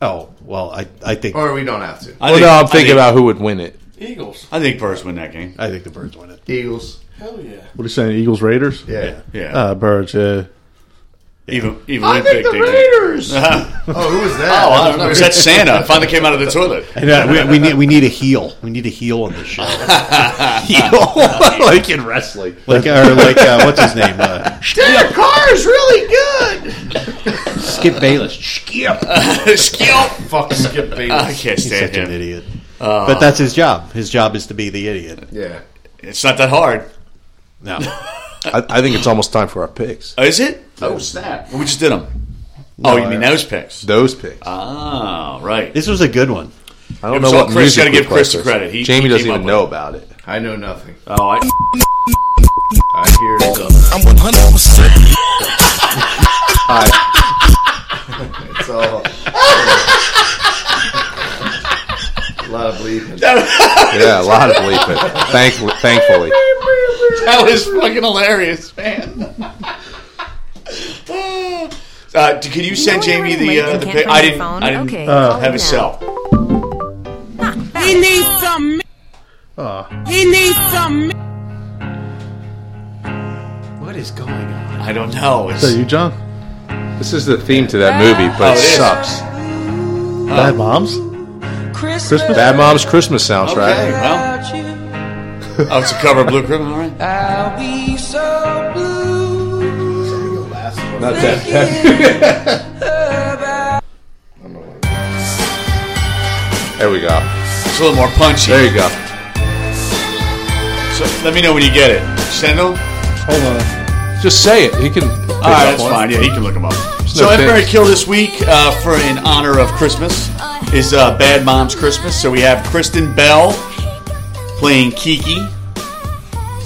Oh well, I, I think
or we don't have to.
I
Well,
think-
no, I'm
I
thinking
think-
about who would win it.
Eagles.
I think Burris win that game.
I think the Birds win it.
Eagles,
Hell yeah.
What are you saying? Eagles Raiders?
yeah.
Yeah.
Uh, Birds. Yeah.
even even
I
Lynn
think the
picked it.
Raiders. oh, who was that?
Oh, I don't know. It was that Santa. It Finally came out of the toilet.
Yeah, we, we need we need a heel. We need a heel on the show. heel, like in wrestling, like or like uh, what's his name? Uh,
Derek Carr is really good.
Skip Bayless. Skip.
Skill.
Fuck Skip
I
Bayless.
can't
He's
stand
such an
him.
idiot. but that's his job. His job is to be the idiot.
Yeah.
It's not that hard,
No,
I, I think it's almost time for our picks.
Oh, is it?
Oh snap!
We just did them. oh, you mean those picks?
Those picks.
Oh, right.
this was a good one.
I don't
So
know what
Chris,
music
gotta
we
give Chris
played
the
first.
credit. He-
Jamie
he
doesn't
came
even
up
know
with
about it.
I know nothing.
Oh, I,
I hear it's
I'm 100%.
all. A lot of bleeping.
Yeah, a lot of bleeping. Thankfully, thankfully.
that was fucking hilarious, man. Uh, d- can you send
know
Jamie
you're in
the uh,
Lincoln,
the
can't
pic?
find
I
your
didn't.
phone?
I didn't
Okay,
uh,
I'll do
have a
now.
cell.
He needs some.
Ah.
He needs some.
What is going on? I don't know. It's,
Is that you, John?
This is the theme to that movie,
Oh,
but
it
it
is.
sucks.
Bad Moms?
Christmas. Bad Mom's Christmas soundtrack.
Okay, well. Oh, it's a cover of Blue Ribbon. All right.
Not that heavy. there we go.
It's a little more punchy.
There you go.
So let me know when you get it. Send them.
Hold on.
Just say it. He can.
All right, that's fine. Yeah, you can look them up. So,
no
Emperor
fix.
Kill this week uh, for in honor of Christmas is uh, Bad Mom's Christmas. So we have Kristen Bell playing Kiki,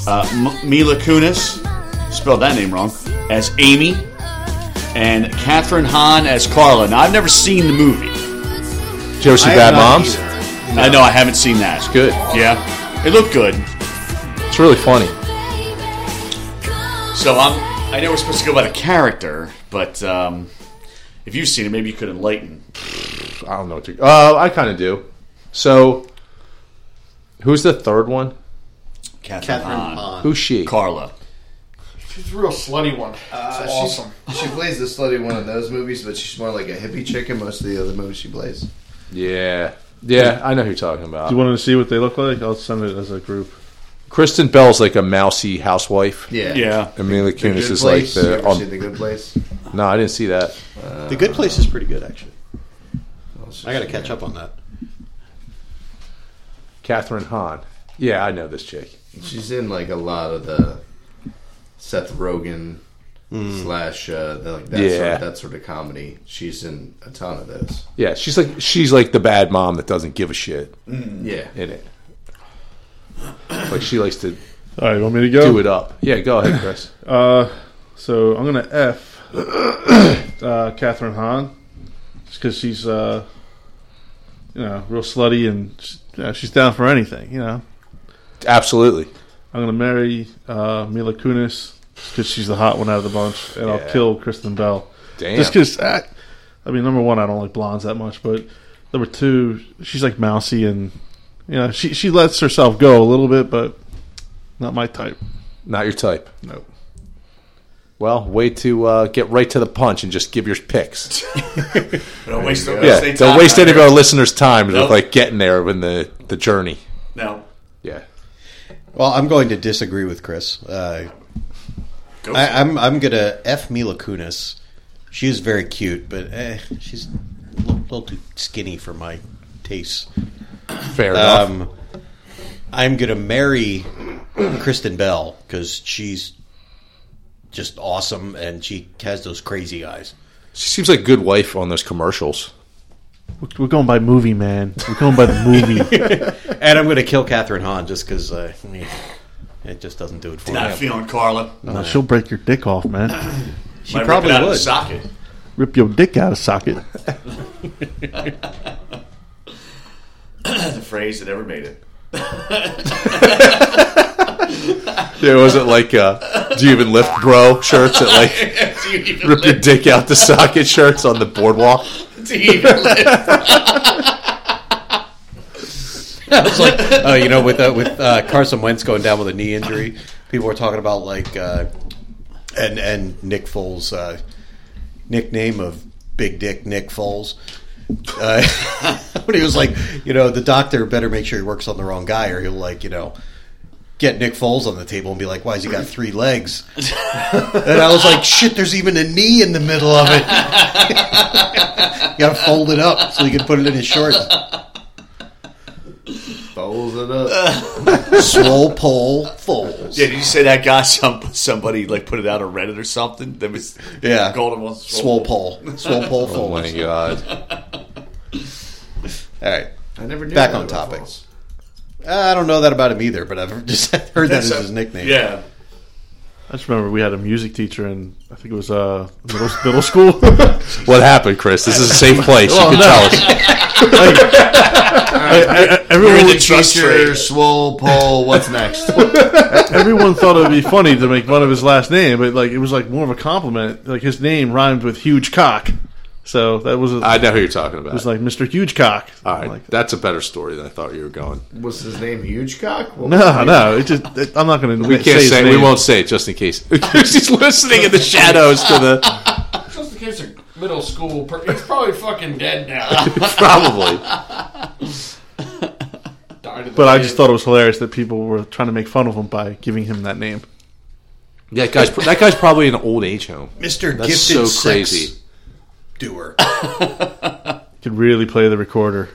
uh, M- Mila Kunis, spelled that name wrong, as Amy, and Catherine Hahn as Carla. Now I've never seen the movie.
Did you ever see
I
Bad
am not
Moms?
either.
I know I haven't seen that.
Good.
Yeah, it looked good.
It's really funny.
So I'm. I know we're supposed to go by the character, but um, if you've seen it, maybe you could enlighten.
I don't know what to. Uh, I kind of do. So, who's the third one?
Catherine, Hahn.
Who's she?
Carla.
She's a real slutty one.
Uh,
it's
she's-
awesome.
She plays the slutty one in those movies, but she's more like a hippie chick in most of the other movies she plays.
Yeah, yeah. I know who you're talking about.
You wanted to see what they look like? I'll send it as a group.
Kristen Bell's like a mousy housewife.
Yeah.
Yeah.
Amelia
The
Kunis
Good
is like
Place. You
the.
ever seen
Um,
the good place.
no, I didn't see that.
The Good Place is pretty good, actually. I got to catch up on that.
Catherine Hahn. Yeah, I know this chick.
She's in like a lot of the Seth Rogen
Hmm.
slash uh, the, like that, sort
Yeah.
of, that sort of comedy. She's in a ton of those.
Yeah, she's like she's like the bad mom that doesn't give a shit
Yeah.
in it. Like she likes to
All right, want me to go?
do it up. Yeah, go ahead, Chris.
Uh, so I'm gonna F uh, Catherine Hahn just because she's uh, you know real slutty and sh- you know, she's down for anything. You know,
Absolutely.
I'm gonna marry uh, Mila Kunis because she's the hot one out of the bunch, and
Yeah.
I'll kill Kristen Bell
Damn.
Just 'cause just because. I mean, number one, I don't like blondes that much, but number two, she's like mousy and you know she she lets herself go a little bit, but not my type.
Not your type.
No.
Well, way to uh, get right to the punch and just give your picks.
Don't waste the
yeah,
waste
don't
time
waste
out
any of
here.
our listeners' time with
Nope.
like getting there when the the journey.
No.
Yeah.
Well, I'm going to disagree with Chris. Uh,
Go
I, I'm I'm gonna f Mila Kunis. She is very cute, but eh, she's a little, little too skinny for my tastes.
Fair enough.
Um, I'm gonna marry Kristen Bell because she's just awesome and she has those crazy eyes.
She seems like a good wife on those commercials.
We're, we're going by movie, man. We're going by the movie.
And I'm gonna kill Catherine Hahn just because uh, it just doesn't do it for
Not
me.
feeling Carla.
Uh, she'll break your dick off, man.
She
probably
out Of
would.
the socket.
Rip your dick out of socket.
The phrase that ever made it.
Yeah, was it like uh, do you even lift, bro? Shirts that like
do you even
rip your
live?
dick out the socket shirts on the boardwalk.
Do you even live?
Oh, you know, with uh, with uh, Carson Wentz going down with a knee injury, people were talking about like uh, and and Nick Foles' uh, nickname of Big Dick Nick Foles. Uh, but he was like, you know, the doctor better make sure he works on the wrong guy, or he'll like, you know. Get Nick Foles on the table and be like, "Why's he got three legs?" and I was like, "Shit, there's even a knee in the middle of it. you got to fold it up so you can put it in his shorts."
Folds it up.
Swole pole Foles.
Yeah, did you say that guy? Some somebody like put it out on Reddit or something. That was
Yeah.
Golden one
Swole pole. Swole pole
Oh
Foles.
my god.
All right.
I never knew.
Back
that
on
about
topic.
Folds.
I don't know that about him either, but I've just heard that as his nickname.
Yeah,
I just remember we had a music teacher in I think it was uh middle, middle school.
What happened, Chris? This is a safe place. You can tell us.
I- I- I- everyone,
the trust
Teacher,
trade.
swole pole. What's next?
everyone thought it would be funny to make fun of his last name, but like it was like more of a compliment. Like his name rhymed with huge cock, so that was a,
I
it
know who you're talking about.
was like Mr. Huge Cock.
All right,
Like,
that's a better story than I thought you were going.
What's his name? Huge cock. What was
no, no, it just it, I'm not going to.
We can't say, we won't say it just in case. She's listening in the shadows to the
Just in case a middle school, per- he's probably fucking dead now.
probably.
But I just thought it was hilarious that people were trying to make fun of him by giving him that name.
Yeah, that guys, that guy's probably in an old age home.
Mr.
That's
Gifted
so crazy.
Sex Doer.
Could really play the recorder.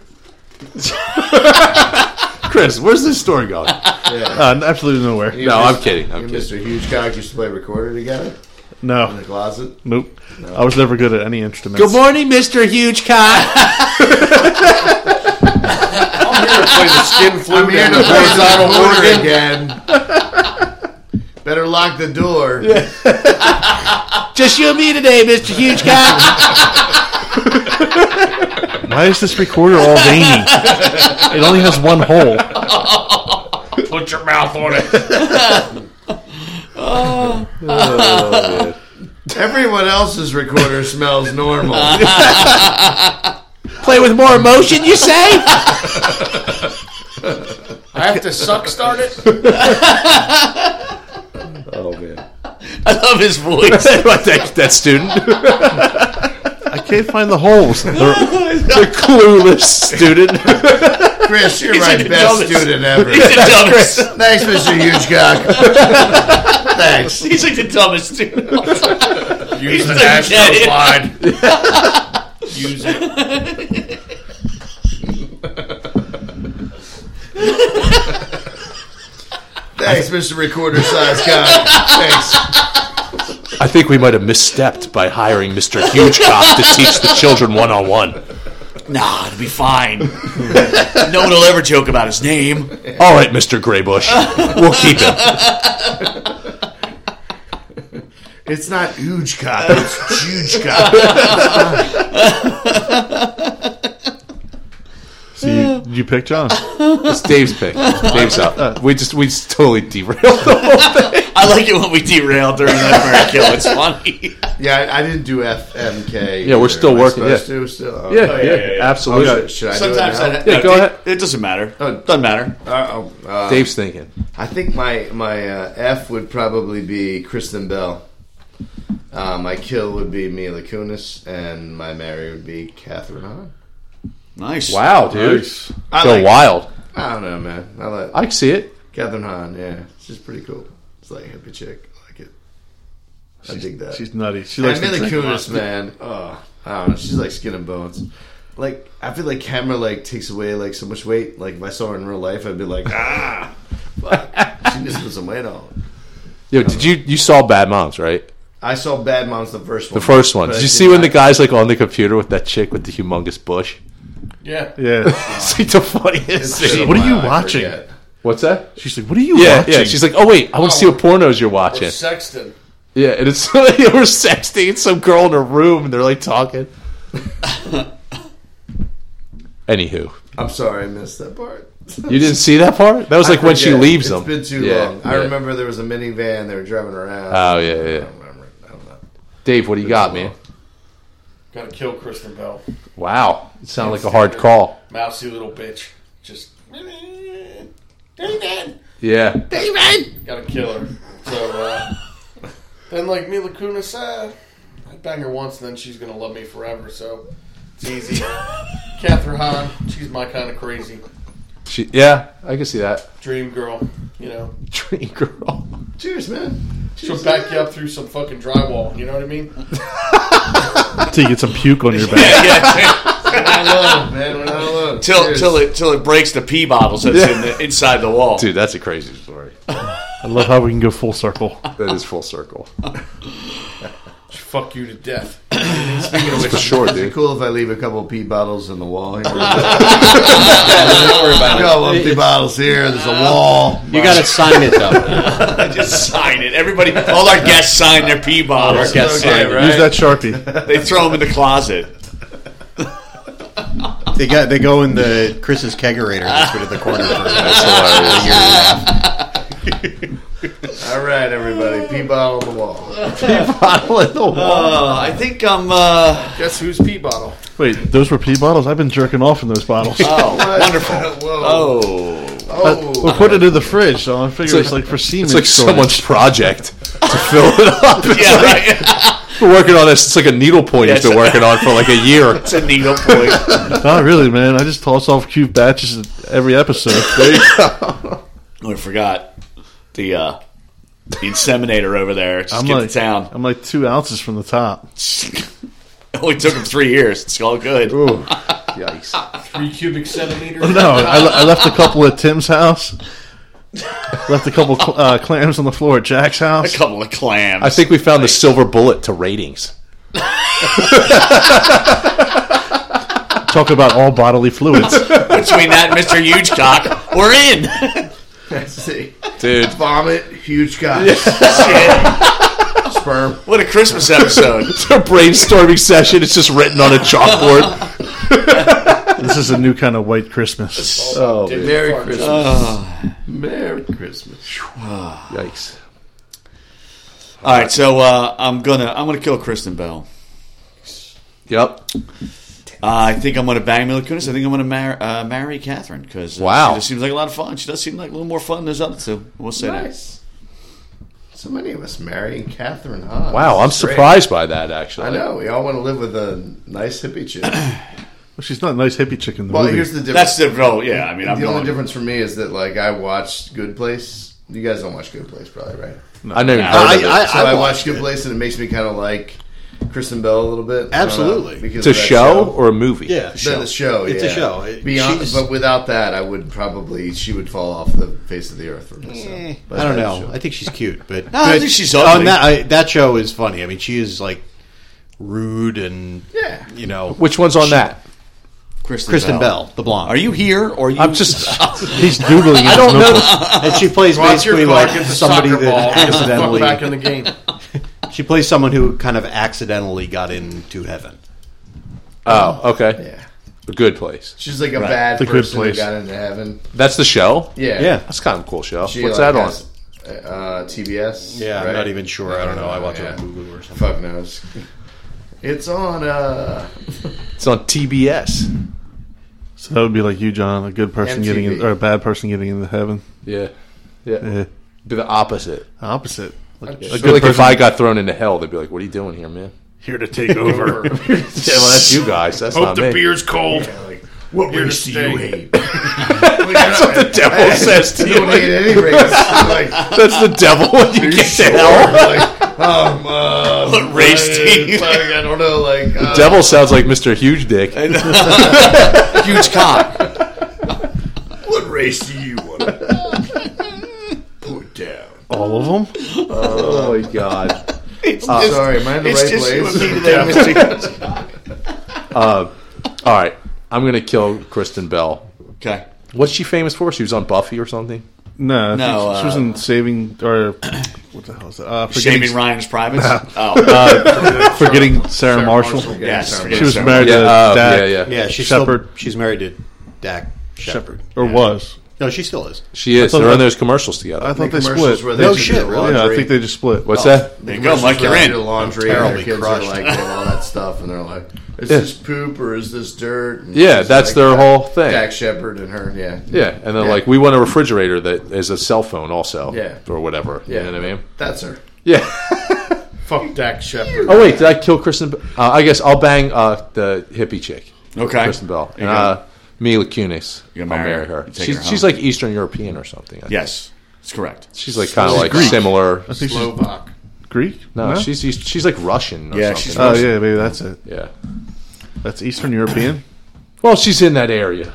Chris, where's this story going?
Uh, absolutely nowhere.
You
No,
and
I'm
Mr.
kidding. I'm
You and
kidding.
Mr. Huge cock used to play recorder together in
No,
the closet.
nope. I was never good at any instruments.
Good morning, Mr. Huge Cock.
I'm here to play Donald Horn again. Better lock the door.
Just you and me today, Mr. Huge Cock.
Why is this recorder all veiny? it only has one hole.
Put your mouth on it.
Everyone else's recorder smells normal.
Play with more emotion, you say?
I have to suck start it.
Oh man,
I love his voice.
that, that student,
I can't find the holes. They're-
the clueless student.
Chris, you're my
like the
best
dumbest.
student ever.
He's the dumbest.
Thanks, Mr. Huge cock. Thanks.
He's like the dumbest dude. of all time.
Use the
like, yeah,
Astros
yeah.
line. Use it.
Thanks, Mr. Recorder Size Cock. Thanks.
I think we might have misstepped by hiring Mr. Huge Cock to teach the children one on one.
Nah, it'll be fine. no one will ever joke about his name.
All right, Mr. Graybush, we'll keep him.
It's not huge cock. It's huge cock.
so you, you picked John.
It's Dave's pick. Dave's up. We just we just totally derailed. The
I I like it when we derail during that kill. It's funny.
Yeah, I, I didn't do FMK.
Yeah, we're
either.
still
Am I
working,
supposed
yeah.
to still. Oh,
Yeah,
okay.
yeah,
yeah, yeah.
absolutely.
Should, should I
Sometimes
do it
I,
now?
Yeah,
no,
go
it,
ahead.
It doesn't matter.
Oh.
doesn't matter.
Uh, oh, uh,
Dave's thinking.
I think my my uh, F would probably be Kristen Bell. Uh, my kill would be Mila Kunis, and my Mary would be Catherine Hahn.
Nice.
Wow, dude.
Nice.
I
Go
like-
wild.
I don't know, man. I like
I can see it.
Catherine Hahn. Yeah, she's pretty cool. It's like a hippie chick. I like it. I dig that.
She's nutty. She
And
likes to
Mila
drink.
Kunis, man. Oh, I don't know. She's like skin and bones. Like I feel like camera like takes away like so much weight. Like if I saw her in real life, I'd be like, ah, fuck. she just put some weight on.
Yo, did you you saw Bad Moms, right?
I saw Bad Moms the first one.
The first one.
But
Did
I
you see when
not-
the guy's like on the computer with that chick with the humongous bush?
Yeah.
Yeah.
It's like the funniest
It's
thing.
so
What are you
wild, I
watching?
forget.
What's that?
She's like, what are you
Yeah,
watching?
yeah. She's like, oh wait, I want to see
Oh.
what pornos you're
Or
watching.
Sexton.
Yeah, and it's like we're sexting some girl in a room, and they're like talking. Anywho,
I'm sorry, I missed that part.
you didn't see that part. That was like when she
Forget.
leaves
It's
them.
been too
Yeah,
long. I
yeah.
remember there was a minivan they were driving around.
Oh, yeah, yeah.
I don't remember. I don't know.
Dave, what do you got, man?
Gotta kill Kristen Bell.
Wow, it sounded like a hard call.
Mousy little bitch. Just. David!
Yeah,
Gotta kill her. So, uh. Then, like Mila Kunis, uh, I bang her once and then she's gonna love me forever, so it's easy. Catherine Hahn, she's my kind of crazy.
she, yeah, I can see that.
Dream girl, you know.
Dream girl.
Cheers, man.
She'll back you up through some fucking drywall, you know what I mean?
Till you get some puke on your back.
We're not alone, man. We're not alone.
Till
Cheers.
till it till it breaks the pee bottles that's in the, inside the wall.
Dude, that's a crazy story.
I love how we can go full circle.
That is full circle.
Fuck you to death.
For sure,
Is it
dude.
cool if I leave a couple pee bottles in the wall here? Don't worry about it. Couple empty bottles here. There's a wall.
You got to sign it though.
I just sign it. Everybody, all our guests sign their pee bottles.
guests
Okay,
sign it.
right?
Use that sharpie.
They throw them in the closet.
They got they go in the Chris's kegerator that's put at the corner. For
All right, everybody. Pee bottle on the wall.
Uh, I think I'm. Uh,
Guess whose pee bottle?
Wait, those were pee bottles? I've been jerking off in those bottles.
oh, wonderful.
Whoa.
Oh,
we put it in the fridge, so I figure it's,
like-
like for semen.
It's like
storage.
someone's project to fill it up. It's
yeah,
like,
right.
been working on this. It's like a needle point he's
Yeah,
been
it's-
working on for like a year.
It's a needle point.
Not really, man. I just toss off cute batches every episode.
Oh, I forgot the uh, the inseminator over there. Just get
like,
to town.
I'm like two ounces from the top.
It only took him three years. It's all good.
Three cubic centimeters?
No, I, le- I left a couple at Tim's house. Left a couple cl- uh, clams on the floor at Jack's
A
house.
couple of clams.
I think we found the silver bullet to ratings.
Talk about all bodily fluids.
between that and Mr. Hugecock, we're in.
Let's see.
Dude,
Vomit, huge guy. Sperm.
What a Christmas episode.
a brainstorming session. It's just written on a chalkboard.
this is a new kind of white Christmas.
Oh,
Merry Christmas. Merry Christmas.
yikes.
All right, so uh, I'm gonna I'm gonna kill Kristen Bell.
Yep.
Uh, I think I'm gonna bang Mila Kunis. I think I'm gonna mar- uh, marry Catherine because uh,
Wow.
she just seems like a lot of fun. She does seem like a little more fun than those other two. We'll say
Nice. So many of us marrying Catherine Hahn.
Wow,
This
I'm
is great.
surprised by that, actually.
I know. We all want to live with a nice hippie chick.
Well, she's not a nice hippie chick in the
Well,
movie.
here's the
that.
difference.
That's the oh yeah. I mean, I'm
the only
going.
difference for me is that like I watched Good Place. You guys don't watch Good Place, probably, right?
I never even
Yeah,
heard
I-
of it.
so I, watched Good Place, and it makes me kind of like Kristen Bell a little bit. I don't know,
Absolutely.
it's
because
a
of that
show, or a movie?
yeah,
The, the show,
It's
yeah.
a show. It-
Beyond,
she's-
but without that, I would probably she would fall off the face of the earth for me. so. But
I don't
that's
know.
a show.
I think she's cute, but
No, I
but
think she's
on
ugly.
that I, that show is funny. I mean, she is like rude and
Yeah.
you know,
Which one's on that?
Kristen,
Kristen Bell, the blonde,
Are you here or are you?
I'm just.
He's doodling.
I don't know.
and she plays
Watch your
basically
car,
like
get the
somebody
soccer ball,
that
get the fuck
accidentally
back in the game.
she plays someone who kind of accidentally got into heaven.
Oh, okay.
Yeah.
A good place.
She's like a bad
The Good
person who
Place.
got into heaven.
That's the show.
Yeah,
that's kind of a cool show.
She,
What's
like,
that on?
has- uh, TBS.
Yeah,
right?
I'm not even sure. I don't know. I watch it
Yeah.
on Google or something.
Fuck knows. It's on. uh
It's on TBS.
So that would be like you, John, a good person getting in,
MTV.
or a bad person getting into heaven.
Yeah. Yeah.
Eh,
Be the opposite.
opposite. Like,
I feel like if I got thrown into hell, they'd be like, "What are you doing here, man?"
here to take over.
Yeah, well, that's you guys. That's
Hope
not
the
me.
beer's cold.
What
Here to
race do you
stay.
hate?
That's what the devil says to
You
you.
don't hate any race. Like,
That's the devil when you get to hell.
like um, uh,
What race do you
like, I don't know. Like uh,
Devil sounds like Mr. Huge Dick.
Huge cock.
What race do you want to put down?
All of them?
Oh my god.
I'm Uh, sorry, am I in the right place?
All right, I'm gonna kill Kristen Bell.
Okay.
What's she famous for? She was on Buffy or something.
No, I think
No,
she- she was
uh,
in Saving or what the hell is that? Uh, forgetting,
Shaving Ryan's privates. Oh,
forgetting Sarah, Marshall.
yes.
She
forget
was
Sarah.
married to
uh,
Dak,
yeah, yeah.
Yeah, she's
Shepherd.
Still, she's married to Dak Shepherd.
or was.
No, she still is.
She is.
thought
They're on
that-
those commercials together.
I thought they
commercials
split.
where they
No
do
shit,
their
really?
yeah, I
laundry.
think they just split.
What's that?
The
There you go, Mike,
commercials where
you're
they
in.
do laundry and
Terribly
their kids
crushed.
are like doing all that stuff, and they're like, "Is this poop or is this dirt?" And
Yeah,
it's
that's
like
their whole thing.
Jack Shepard and her. Yeah,
Yeah, and then like we want a refrigerator that is a cell phone also.
Yeah.
or whatever.
Yeah.
you know what I mean.
That's her.
Yeah.
Fuck Dak Shepard.
Oh wait, did I kill Kristen? Be- Uh, I guess I'll bang uh, the hippie chick,
Okay.
Kristen Bell,
There you
and, uh, Mila Kunis.
You're
I'll
gonna marry
marry
her.
her.
You take
She's,
her
she's
home.
like Eastern European or something. I think.
Yes, it's correct.
she's like kind of like similar.
I think she's
Slovak.
Greek.
No, she's East, she's like Russian. Or
Yeah,
something.
she's
Oh yeah, maybe that's it.
yeah.
That's Eastern European.
Well, she's in that area.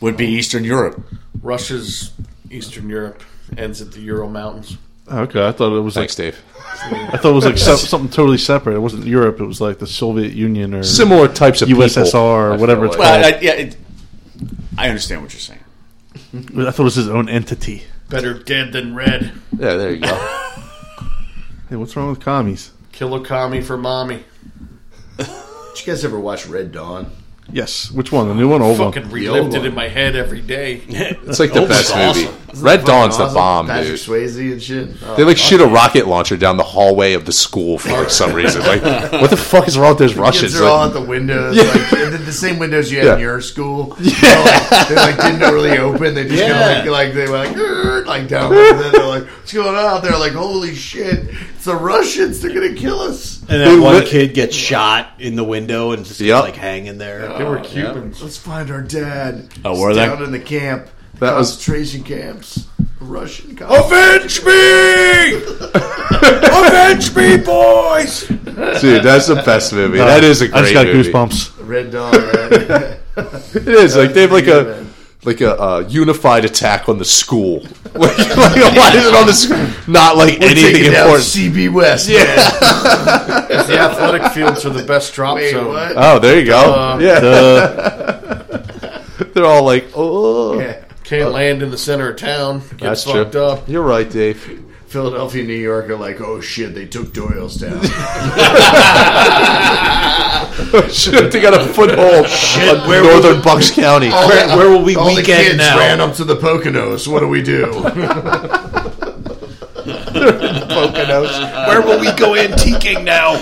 Would be Eastern Europe.
Russia's Eastern Europe ends at the Ural Mountains.
Okay, I thought it was like
Thanks, Dave.
I thought it was like so, something totally separate. It wasn't Europe. It was like the Soviet Union or
Similar types of people,
USSR or
I
whatever
feel
it's
like.
Well, I, Uh, yeah, it, I understand what you're saying.
I thought it was his own entity.
Better dead than red.
Yeah, there you go.
Hey, what's wrong with commies?
Kill a commie for mommy.
Did you guys ever watch Red Dawn?
Yes, which one? The new one, or old one?
Fucking relived it
one.
in my head every day.
It's like the best
awesome.
movie. Red Dawn's the
Awesome.
bomb,
Patrick
dude.
Swayze and shit. Oh,
They like shoot a rocket launcher down the hallway of the school for like, some reason. Like, what the fuck is wrong with those Russians?
Kids are
Like,
all at the windows, like the, the same windows you had
Yeah.
in your school. They're like, they like didn't really open. They just kind of like, like they were like "Grr," like down. And then they're like, what's going on out there? Like, holy shit, it's the Russians. They're gonna kill us.
And
They
then one
would-
kid gets shot in the window and just
Yep.
like hanging there.
They were Cubans.
Let's find our dad.
Oh,
He's
were they?
down in the camp? The
That was-
concentration camps. The Russian. cops.
Avenge me! Avenge me, boys! Dude, that's the best movie. that is a great
I just got
movie.
goosebumps.
Red Dawn. Right?
It is like they have like
Pretty
a
good, man.
like a uh, unified attack on the school. like, why is it on the school? Not like anything
Taking down
important.
CB West.
Yeah.
man.
The athletic fields are the best drop
Wait,
zone.
what?
oh, there you go.
Uh,
yeah, they're all like, oh,
Yeah.
Can't land in the center of town. Get
that's true.
fucked up.
You're right, Dave.
Philadelphia, New York are like, oh shit, they took Doylestown.
Shit, they got a foothold on northern Bucks County.
Where-
Where will we
All the kids
weekend now?
ran up to the Poconos. What do we do?
Poconos. Where will we go antiquing now?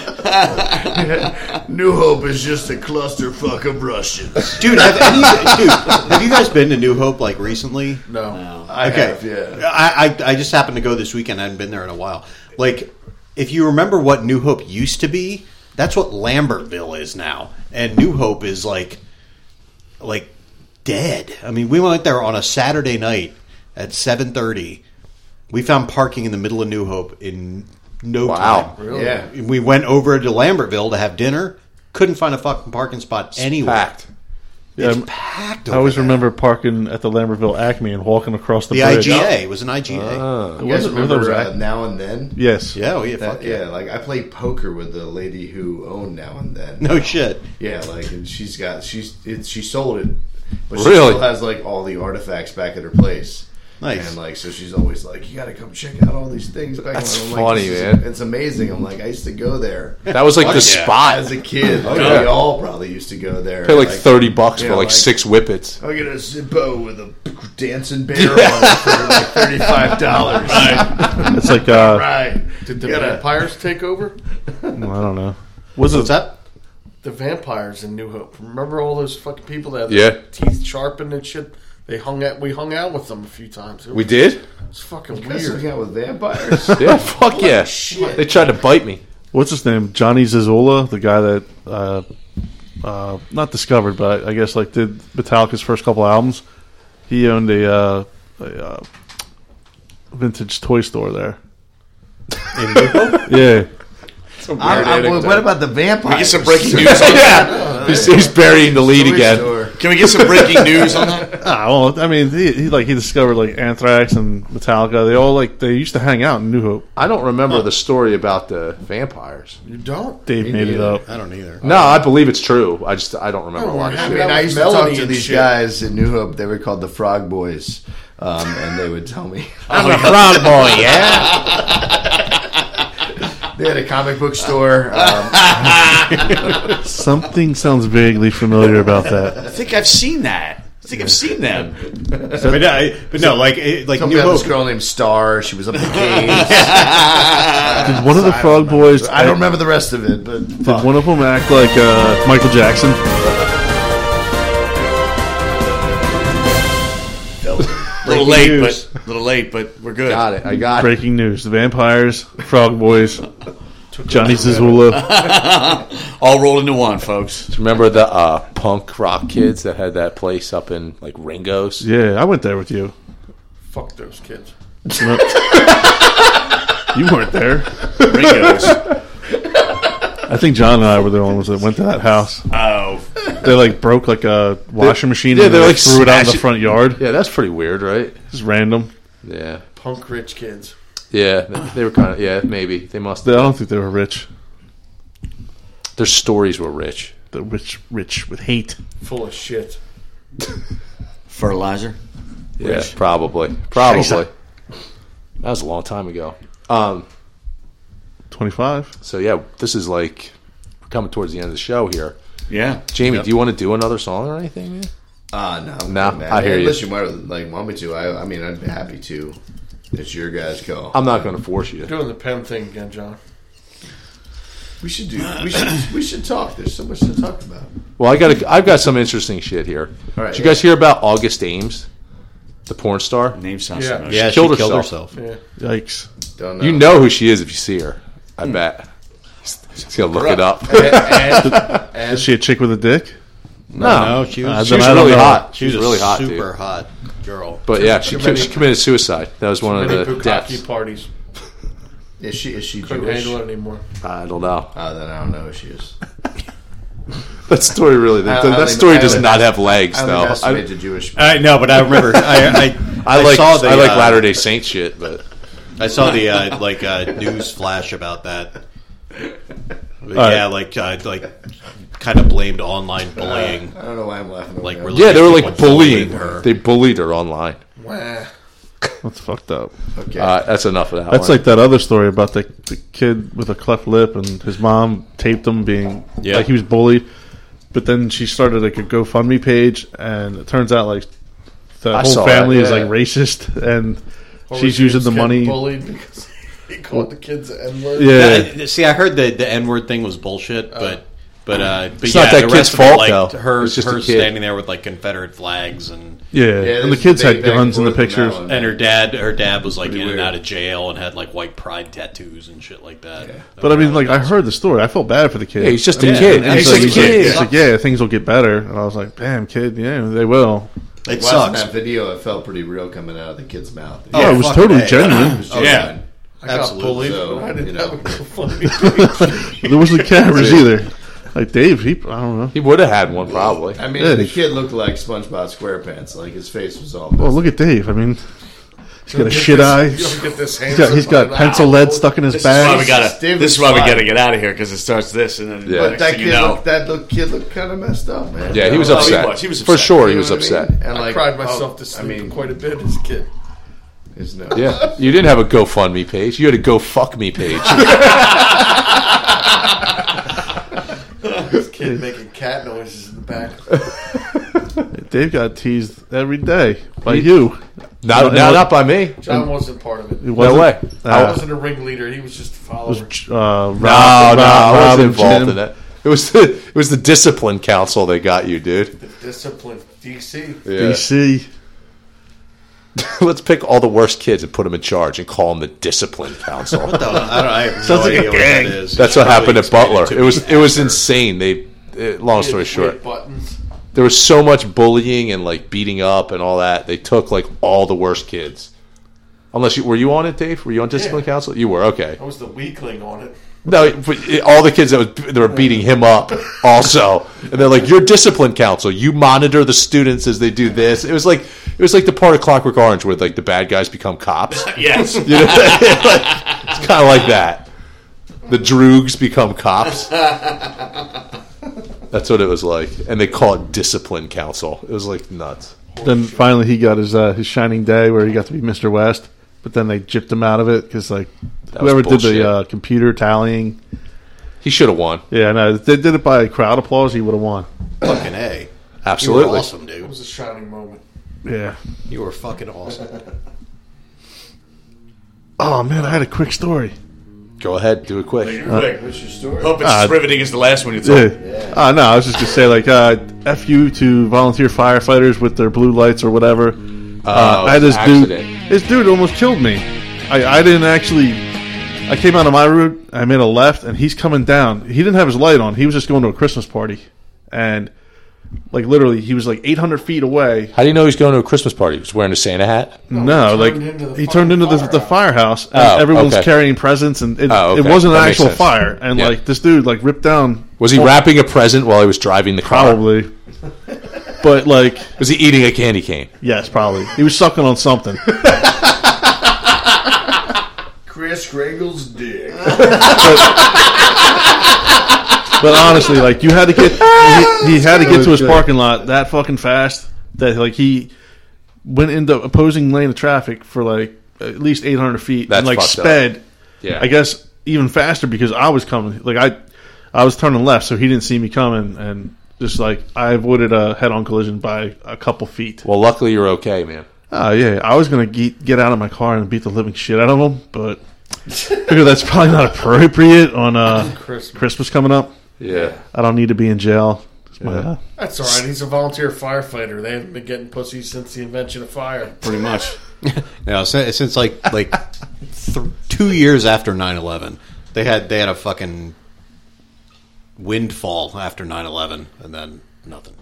New Hope is just a clusterfuck of Russians.
Dude, have any, dude, have you guys been to New Hope like recently?
No.
I
Okay.
have, yeah.
I, I I just happened to go this weekend. I hadn't been there in a while. Like, if you remember what New Hope used to be, that's what Lambertville is now, and New Hope is like, like dead. I mean, we went there on a Saturday night at seven thirty. We found parking in the middle of New Hope in no
Wow.
time.
Yeah.
We went over to Lambertville to have dinner. Couldn't find a fucking parking spot anywhere.
Packed.
Yeah,
It's
I'm-
packed.
I
over
always
there.
remember parking at the Lambertville Acme and walking across the,
the
bridge. Ah.
IGA. It was an IGA.
It
You guys
wasn't- I thought it was
remember uh,
Acme.
Now and Then?
Yes.
yeah, oh yeah,
That-
fuck yeah.
yeah, like I played poker with the lady who owned Now and Then.
No shit.
Yeah, like and she's got she's it, she sold it, but she
Really?
still has like all the artifacts back at her place.
Nice.
And like, so she's always like, "You got to come check out all these things." Back
That's
when
funny,
"This is-
man.
It's amazing. I'm like, I used to go there
That was like the
yeah.
spot.
as a kid. Like, We all probably used to go there.
Pay like thirty bucks
you
for
know,
like, six whippets.
I'll get a Zippo with a dancing bear on it for like thirty-five dollars. Right,
It's like uh,
right.
Did the
You gotta-
vampires take over?
I don't know. Was it
that?
The vampires in New Hope. Remember all those fucking people that had
Yeah.
their teeth sharpened and shit? They hung out. We hung out with them a few times. It
We
was,
did.
fucking
Messing
weird.
out with vampires.
Yeah, fuck yeah. They tried to bite me.
what's his name? Johnny Zazula, the guy that uh, uh, not discovered, but I, I guess like did Metallica's first couple albums. He owned a, uh, a uh, vintage toy store there. yeah,
I- I- what about the vampires?
Get some breaking news. On,
Yeah, he's, he's burying the lead again.
Or-
can we get some breaking news on that?
ah, well, I mean, he, he like he discovered like Anthrax and Metallica. They all like they used to hang out in New Hope.
I don't remember the story about the vampires.
You don't?
Dave made it up.
I don't either.
No, I believe it's true. I just I don't remember a lot of
I
shit.
mean, I used to
Melody
talk to
and
these
shit.
guys at New Hope. They were called the Frog Boys, um, and they would tell me
I'm a proud boy, yeah.
they had a comic book store. Um,
Something sounds vaguely familiar about
I
that.
think I've seen that. I think I've seen them. but, no, but no, like it- like
we
New
had this
Hope.
girl named Star. She was up in the caves.
Did one of the Frog Boys?
I don't remember the rest of it, but
Did one of them act like uh, Michael Jackson?
A little late, but little late, but we're good.
Got it. I got it.
Breaking news: The vampires, Frog Boys, Johnny Zazula.
All rolled into one, folks.
Remember the uh, punk rock kids that had that place up in like Ringo's?
Yeah, I went there with you.
Fuck those kids.
You weren't there.
Ringo's.
I think John and I were the only ones that went to that house.
Oh,
They like broke like a washing machine
yeah,
and they
they're,
like,
like,
threw it out in the
smashing-
front yard.
Yeah, that's pretty weird, right?
Just random.
Yeah,
Punk rich kids.
yeah. they- They were kind of yeah. Maybe they must.
I don't think they were rich.
Their stories were rich.
They're rich, rich with hate.
Full of shit.
fertilizer.
Yeah, probably, probably. That was a long time ago. Um,
Twenty five.
so yeah, this is like we're coming towards the end of the show here.
Yeah,
Jamie, do you want to do another song or anything, man?
Ah, no, I'm
No,
good,
I hear you.
Unless you might like want me to. I, I mean, I'd be happy to. It's your guys' call.
I'm not going to force you.
Doing the pen thing again, John.
we should do. We should. we should talk. There's so much to talk about.
Well, I got I've got some interesting shit here.
All right,
Did you guys hear about August Ames, the porn star?
name sounds
Yeah.
familiar.
Yeah, she
Killed
killed,
herself.
herself.
Yikes.
Don't know.
You know who she is if you see her. I bet. She's gonna look it up.
Is she a chick with a dick?
No,
she
Uh,
she
then
was
I don't
really
know.
hot. She was
a
really hot,
super
dude.
hot girl.
But yeah, she, co- she committed suicide. That was one of
Many
the
bukkake
deaths.
parties.
Is she? Is she
Couldn't
Jewish?
handle it anymore.
I don't know.
Uh,
Ah, then I don't know who she is.
That story really.
I
That,
don't
that
think-
story
I
does
would-
not have legs,
I
though.
don't
I,
estimate the Jewish.
I no, but I remember. I
I like
saw the,
I like
uh,
Latter Day Saint shit, but
I saw the uh, like uh, news flash about that. But yeah, like uh, like kind of blamed online bullying.
Uh,
I don't know why I'm laughing. Like,
like
that.
religious
yeah, they were
people
like bullying her.
her.
They bullied her online.
Wah.
That's fucked up.
okay.
Uh, that's enough of that.
That's
one.
like that other story about the, the kid with a cleft lip and his mom taped him being
Yeah.
like he was bullied. But then she started like a GoFundMe page, and it turns out like the
I saw
whole family
that,
is
yeah.
like racist, and
Or was
she's
he
using
just
the
getting
money.
Bullied because he called the kids the N word.
Yeah,
Yeah, I- see, I heard the the N word thing was bullshit, but but uh, but
It's
yeah,
not that
the
kid's
rest of it,
fault,
like,
though.
Her
It's just a
her
kid.
standing there with like Confederate flags and
yeah.
Yeah,
and the
there's
kids
debate
had
back
guns in the
and forth on that
pictures.
one.
and her dad her dad was like in
weird.
and out of jail and had like white pride tattoos and shit like that.
But I mean, like I heard the story, I felt bad for the kid.
Yeah, he's just a
I mean,
kid.
and
He's
so
just a
he's like-
kid.
he's like, yeah, things will get better. And I was like, damn, kid, yeah, they will.
it
Watching
sucks.
that video, it felt pretty real coming out of the kid's mouth.
Oh, it was
fuck
totally
that.
genuine.
It was
yeah.
I got
absolutely.
bullied.
So,
but I didn't
you know.
have a GoFundMe page.
there wasn't cameras either. Like Dave, he, I don't know.
he would have had one probably.
I mean,
Yeah,
the
they-
kid looked like SpongeBob SquarePants. Like his face was all.
Well, look at Dave. I mean, he's got a shit
this,
eye.
You don't get this
He's got, he's got pencil lead stuck in
This
his
is why
bag.
we gotta.
Steve
This
is
is why we
fine.
gotta get out of here because it starts this and then.
Yeah.
Yeah.
But that
Next thing
kid,
you know,
looked, that look, kid looked kind of messed up, man.
yeah, he was
Oh, he
upset.
was. He was
for
upset.
sure. He
You
was
know what I mean?
upset.
And
I
like,
cried myself
oh,
to
I
sleep
mean,
quite a bit as a kid.
Is no.
Yeah, you didn't have a GoFundMe page. You had a Go Fuck Me page.
This kid making cat noises in the back.
Dave got teased every day by you.
Not, now, not by me.
John wasn't part of it.
No way.
I
Uh,
wasn't a ringleader. He was just a follower.
was, uh, Rob,
No, no, I
Rob
wasn't
and
involved
Jim.
in that. It was the it was the discipline council they got you, dude.
Discipline. DC.
Yeah.
DC.
Let's pick all the worst kids and put them in charge and call them the discipline council.
What the? I, don't, I have no idea what that is.
That's what happened at
Explain
Butler.
to
It
me.
was it was insane. They uh, long story short,
Hit buttons.
there was so much bullying and like beating up and all that. They took like all the worst kids. Unless you were you on it, Dave? Were you on discipline
Yeah.
council? You were okay.
I was the weakling on it.
No, but it- all the kids that was they were beating him up also, and they're like, "You're discipline council. You monitor the students as they do this." It was like it was like the part of Clockwork Orange where like the bad guys become cops.
Yes.
You know? Like, it's kind of like that. The droogs become cops. That's what it was like, and they call it discipline council. It was like nuts.
Then finally he got his uh, his shining day where he got to be Mr. West, but then they gypped him out of it because like
was
whoever did
bullshit.
the uh, computer tallying,
He should have won.
yeah, no, if they did it by crowd applause, he would have won.
fucking a.
Absolutely.
you were awesome,
It
dude.
was a shining moment.
Yeah.
You were fucking awesome.
Oh man, I had a quick story.
Go ahead, do it quick.
Quick, what's your story?
Hope it's as riveting as the last one you
Yeah.
told.
Uh, no, I was just gonna say like uh, f you to volunteer firefighters with their blue lights or whatever. Uh,
Oh,
I had this
accident.
dude. This dude almost killed me. I, I didn't actually. I came out of my route. I made a left, and he's coming down. He didn't have his light on. He was just going to a Christmas party, and like literally, he was like 800 feet away.
How do you know he's going to a Christmas party? He was wearing a Santa hat.
he
No, like
turned into the
he turned into the, the firehouse, and
Oh,
everyone's
okay.
carrying presents, and it,
Oh, okay.
it wasn't
That
an
makes
actual
sense.
fire. And
Yeah.
like this dude, like ripped down
Was he wrapping a present while he was driving the car?
probably, but like.
Was he eating a candy cane?
Yes, probably. He was sucking on something.
Chris Gregle's dick.
But honestly, like you had to get he, he had to get to his parking lot that fucking fast that like he went into opposing lane of traffic for like at least 800 feet
That's
and like
fucked up.
sped.
Yeah.
I guess even faster because I was coming. Like I I was turning left, so he didn't see me coming, and just like I avoided a head-on collision by a couple feet.
Well, luckily you're okay, man.
Oh yeah, I was gonna get get out of my car and beat the living shit out of him, but figure that's probably not appropriate on uh, Christmas. coming up.
Yeah.
I don't need to be in jail. It's my- uh,
That's all right. He's a volunteer firefighter. They haven't been getting pussy since the invention of fire.
Pretty much.
Now, since, since like like th- two years after 9-11, they had they had a fucking windfall after 9-11, and then nothing.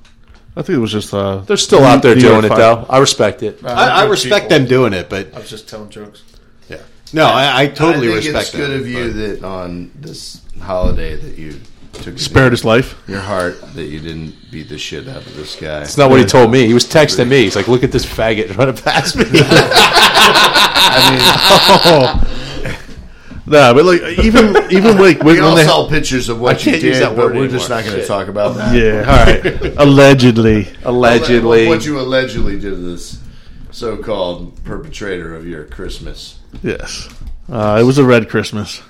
I think it was just uh,
They're still out there
New
doing
York
it,
fire.
though. I respect it.
I, I respect them doing it,
I
but
was just telling jokes.
yeah. no, I, I totally
I think
respect
it's good
them,
of you
but-
that on this holiday that you took
spared his life.
your heart that you didn't beat the shit out of this guy.
It's not what he told me. He was texting me. He's like, "Look at this faggot running past me."
I mean,
Nah, but like even even like
we
when, when
all
they
saw pictures of what you
can't
did,
use that
but
word
we're just
anymore.
not going to talk about that.
yeah, all right, allegedly.
Allegedly,
What you allegedly did to this so-called perpetrator of your Christmas.
Yes, uh, it was a red Christmas.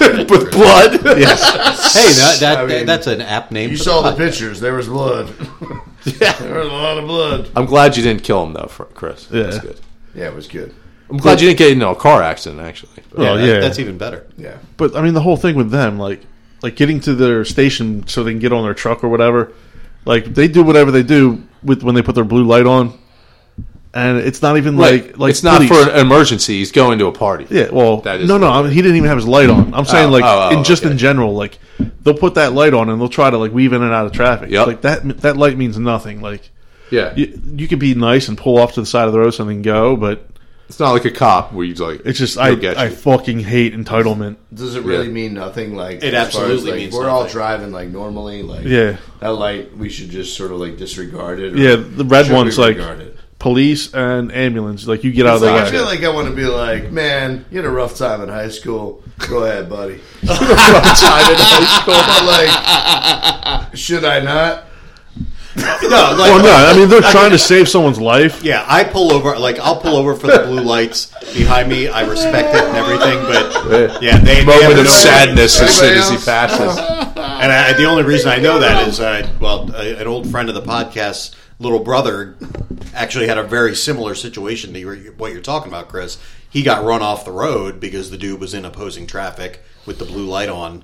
with blood.
Hey, that, that,
I mean,
that's an app name.
You
for
saw the
podcast.
pictures. There was blood. there was a lot of blood.
I'm glad you didn't kill him though, for Chris. That's
Yeah.
good.
Yeah, it was good.
I'm glad you didn't get into a car accident. Actually,
Yeah,
Oh,
that-
yeah.
that's even better.
Yeah.
But I mean, the whole thing with them, like, like getting to their station so they can get on their truck or whatever. Like they do whatever they do with when they put their blue light on, and it's not even like like
it's not
police.
for an emergency. He's going to a party.
yeah. Well,
That is-
no, no, I mean, he didn't even have his light on. I'm saying
Oh,
like
oh, oh,
in just
okay.
in general, like they'll put that light on and they'll try to like weave in and out of traffic.
Yep.
Like that that light means nothing. Like
yeah.
you, you could be nice and pull off to the side of the road so they can go, but
It's not like a cop where you like.
it's just
he'll
I
get
I
you.
fucking hate entitlement.
Does it really
Yeah.
mean nothing? Like
It
as far as,
absolutely
like,
means
we're all
nothing.
driving like normally. Like
Yeah.
that light we should just sort of like disregard it. or
Yeah, the red
should we
one's like
regard it?
police and ambulance. Like you get out of the
Like, I
way.
feel like I want to be like, man, you had a rough time in high school. Go ahead, buddy. rough time in high school. like, should I not?
No, like,
Well, no, I mean they're trying to save someone's life.
Yeah, I pull over. Like I'll pull over for the blue lights behind me. I respect it and everything, but yeah, they they have
Moment of
no-
sadness as soon
Anybody
as he
else?
passes.
And I, the only reason I know that is, uh, well, a, an old friend of the podcast, little brother, actually had a very similar situation to your, what you're talking about, Chris. He got run off the road because the dude was in opposing traffic with the blue light on,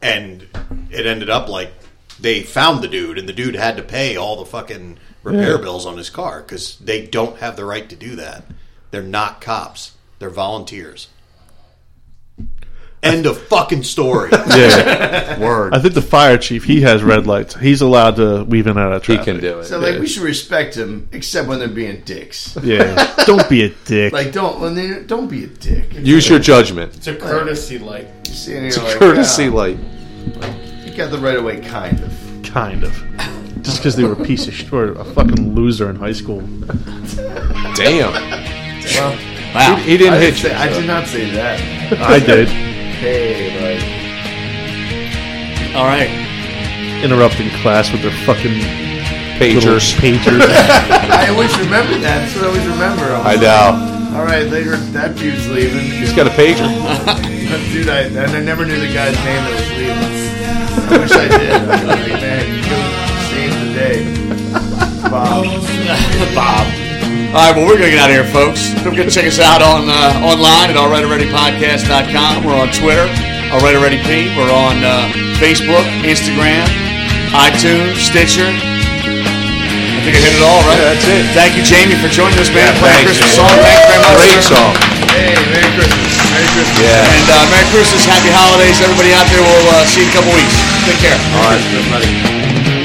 and it ended up like they found the dude, and the dude had to pay all the fucking repair bills on his car because they don't have the right to do that. They're not cops; they're volunteers. End of fucking story.
Yeah,
Word.
I think the fire chief he has red lights. He's allowed to weave in and out of
He
traffic.
can do it.
So like we should respect them, except when they're being dicks.
Yeah, don't be a dick.
Like don't when they don't be a dick.
Use your judgment.
It's a courtesy light.
You see, and
It's
you're
a
like,
courtesy
Oh, yeah,
light.
You got the right of way, kind of.
kind of. Just because they were a piece of shit, or a fucking loser in high school.
Damn.
Wow.
He didn't
I, didn't
hit you.
say, I did not say that.
I did.
Hey, like.
All right.
Interrupting class with their fucking little
Pagers.
pagers.
I always remember that. That's what I always remember. I'm
I
like,
know.
All right, later that dude's leaving.
He's got a pager.
That dude, I and I never knew the guy's name that was leaving. I wish I did. I was like, man, you could have saved the day, Bob.
Bob. All right, well, we're going to get out of here, folks. Don't forget to check us out on uh, online at allrightalreadypodcast.com. We're on Twitter, allrightalreadyp. We're on uh, Facebook, Instagram, iTunes, Stitcher. I think I hit it all, right?
that's it.
Thank you, Jamie, for joining us, man.
Yeah,
Playing
thanks,
Christmas
Jamie.
song. Thank you very much.
Great
sir.
song.
Hey, Merry Christmas. Merry Christmas.
Yeah.
And uh, Merry Christmas, Happy Holidays, everybody out there. We'll uh, see you in a couple weeks. Take care.
All right.
everybody.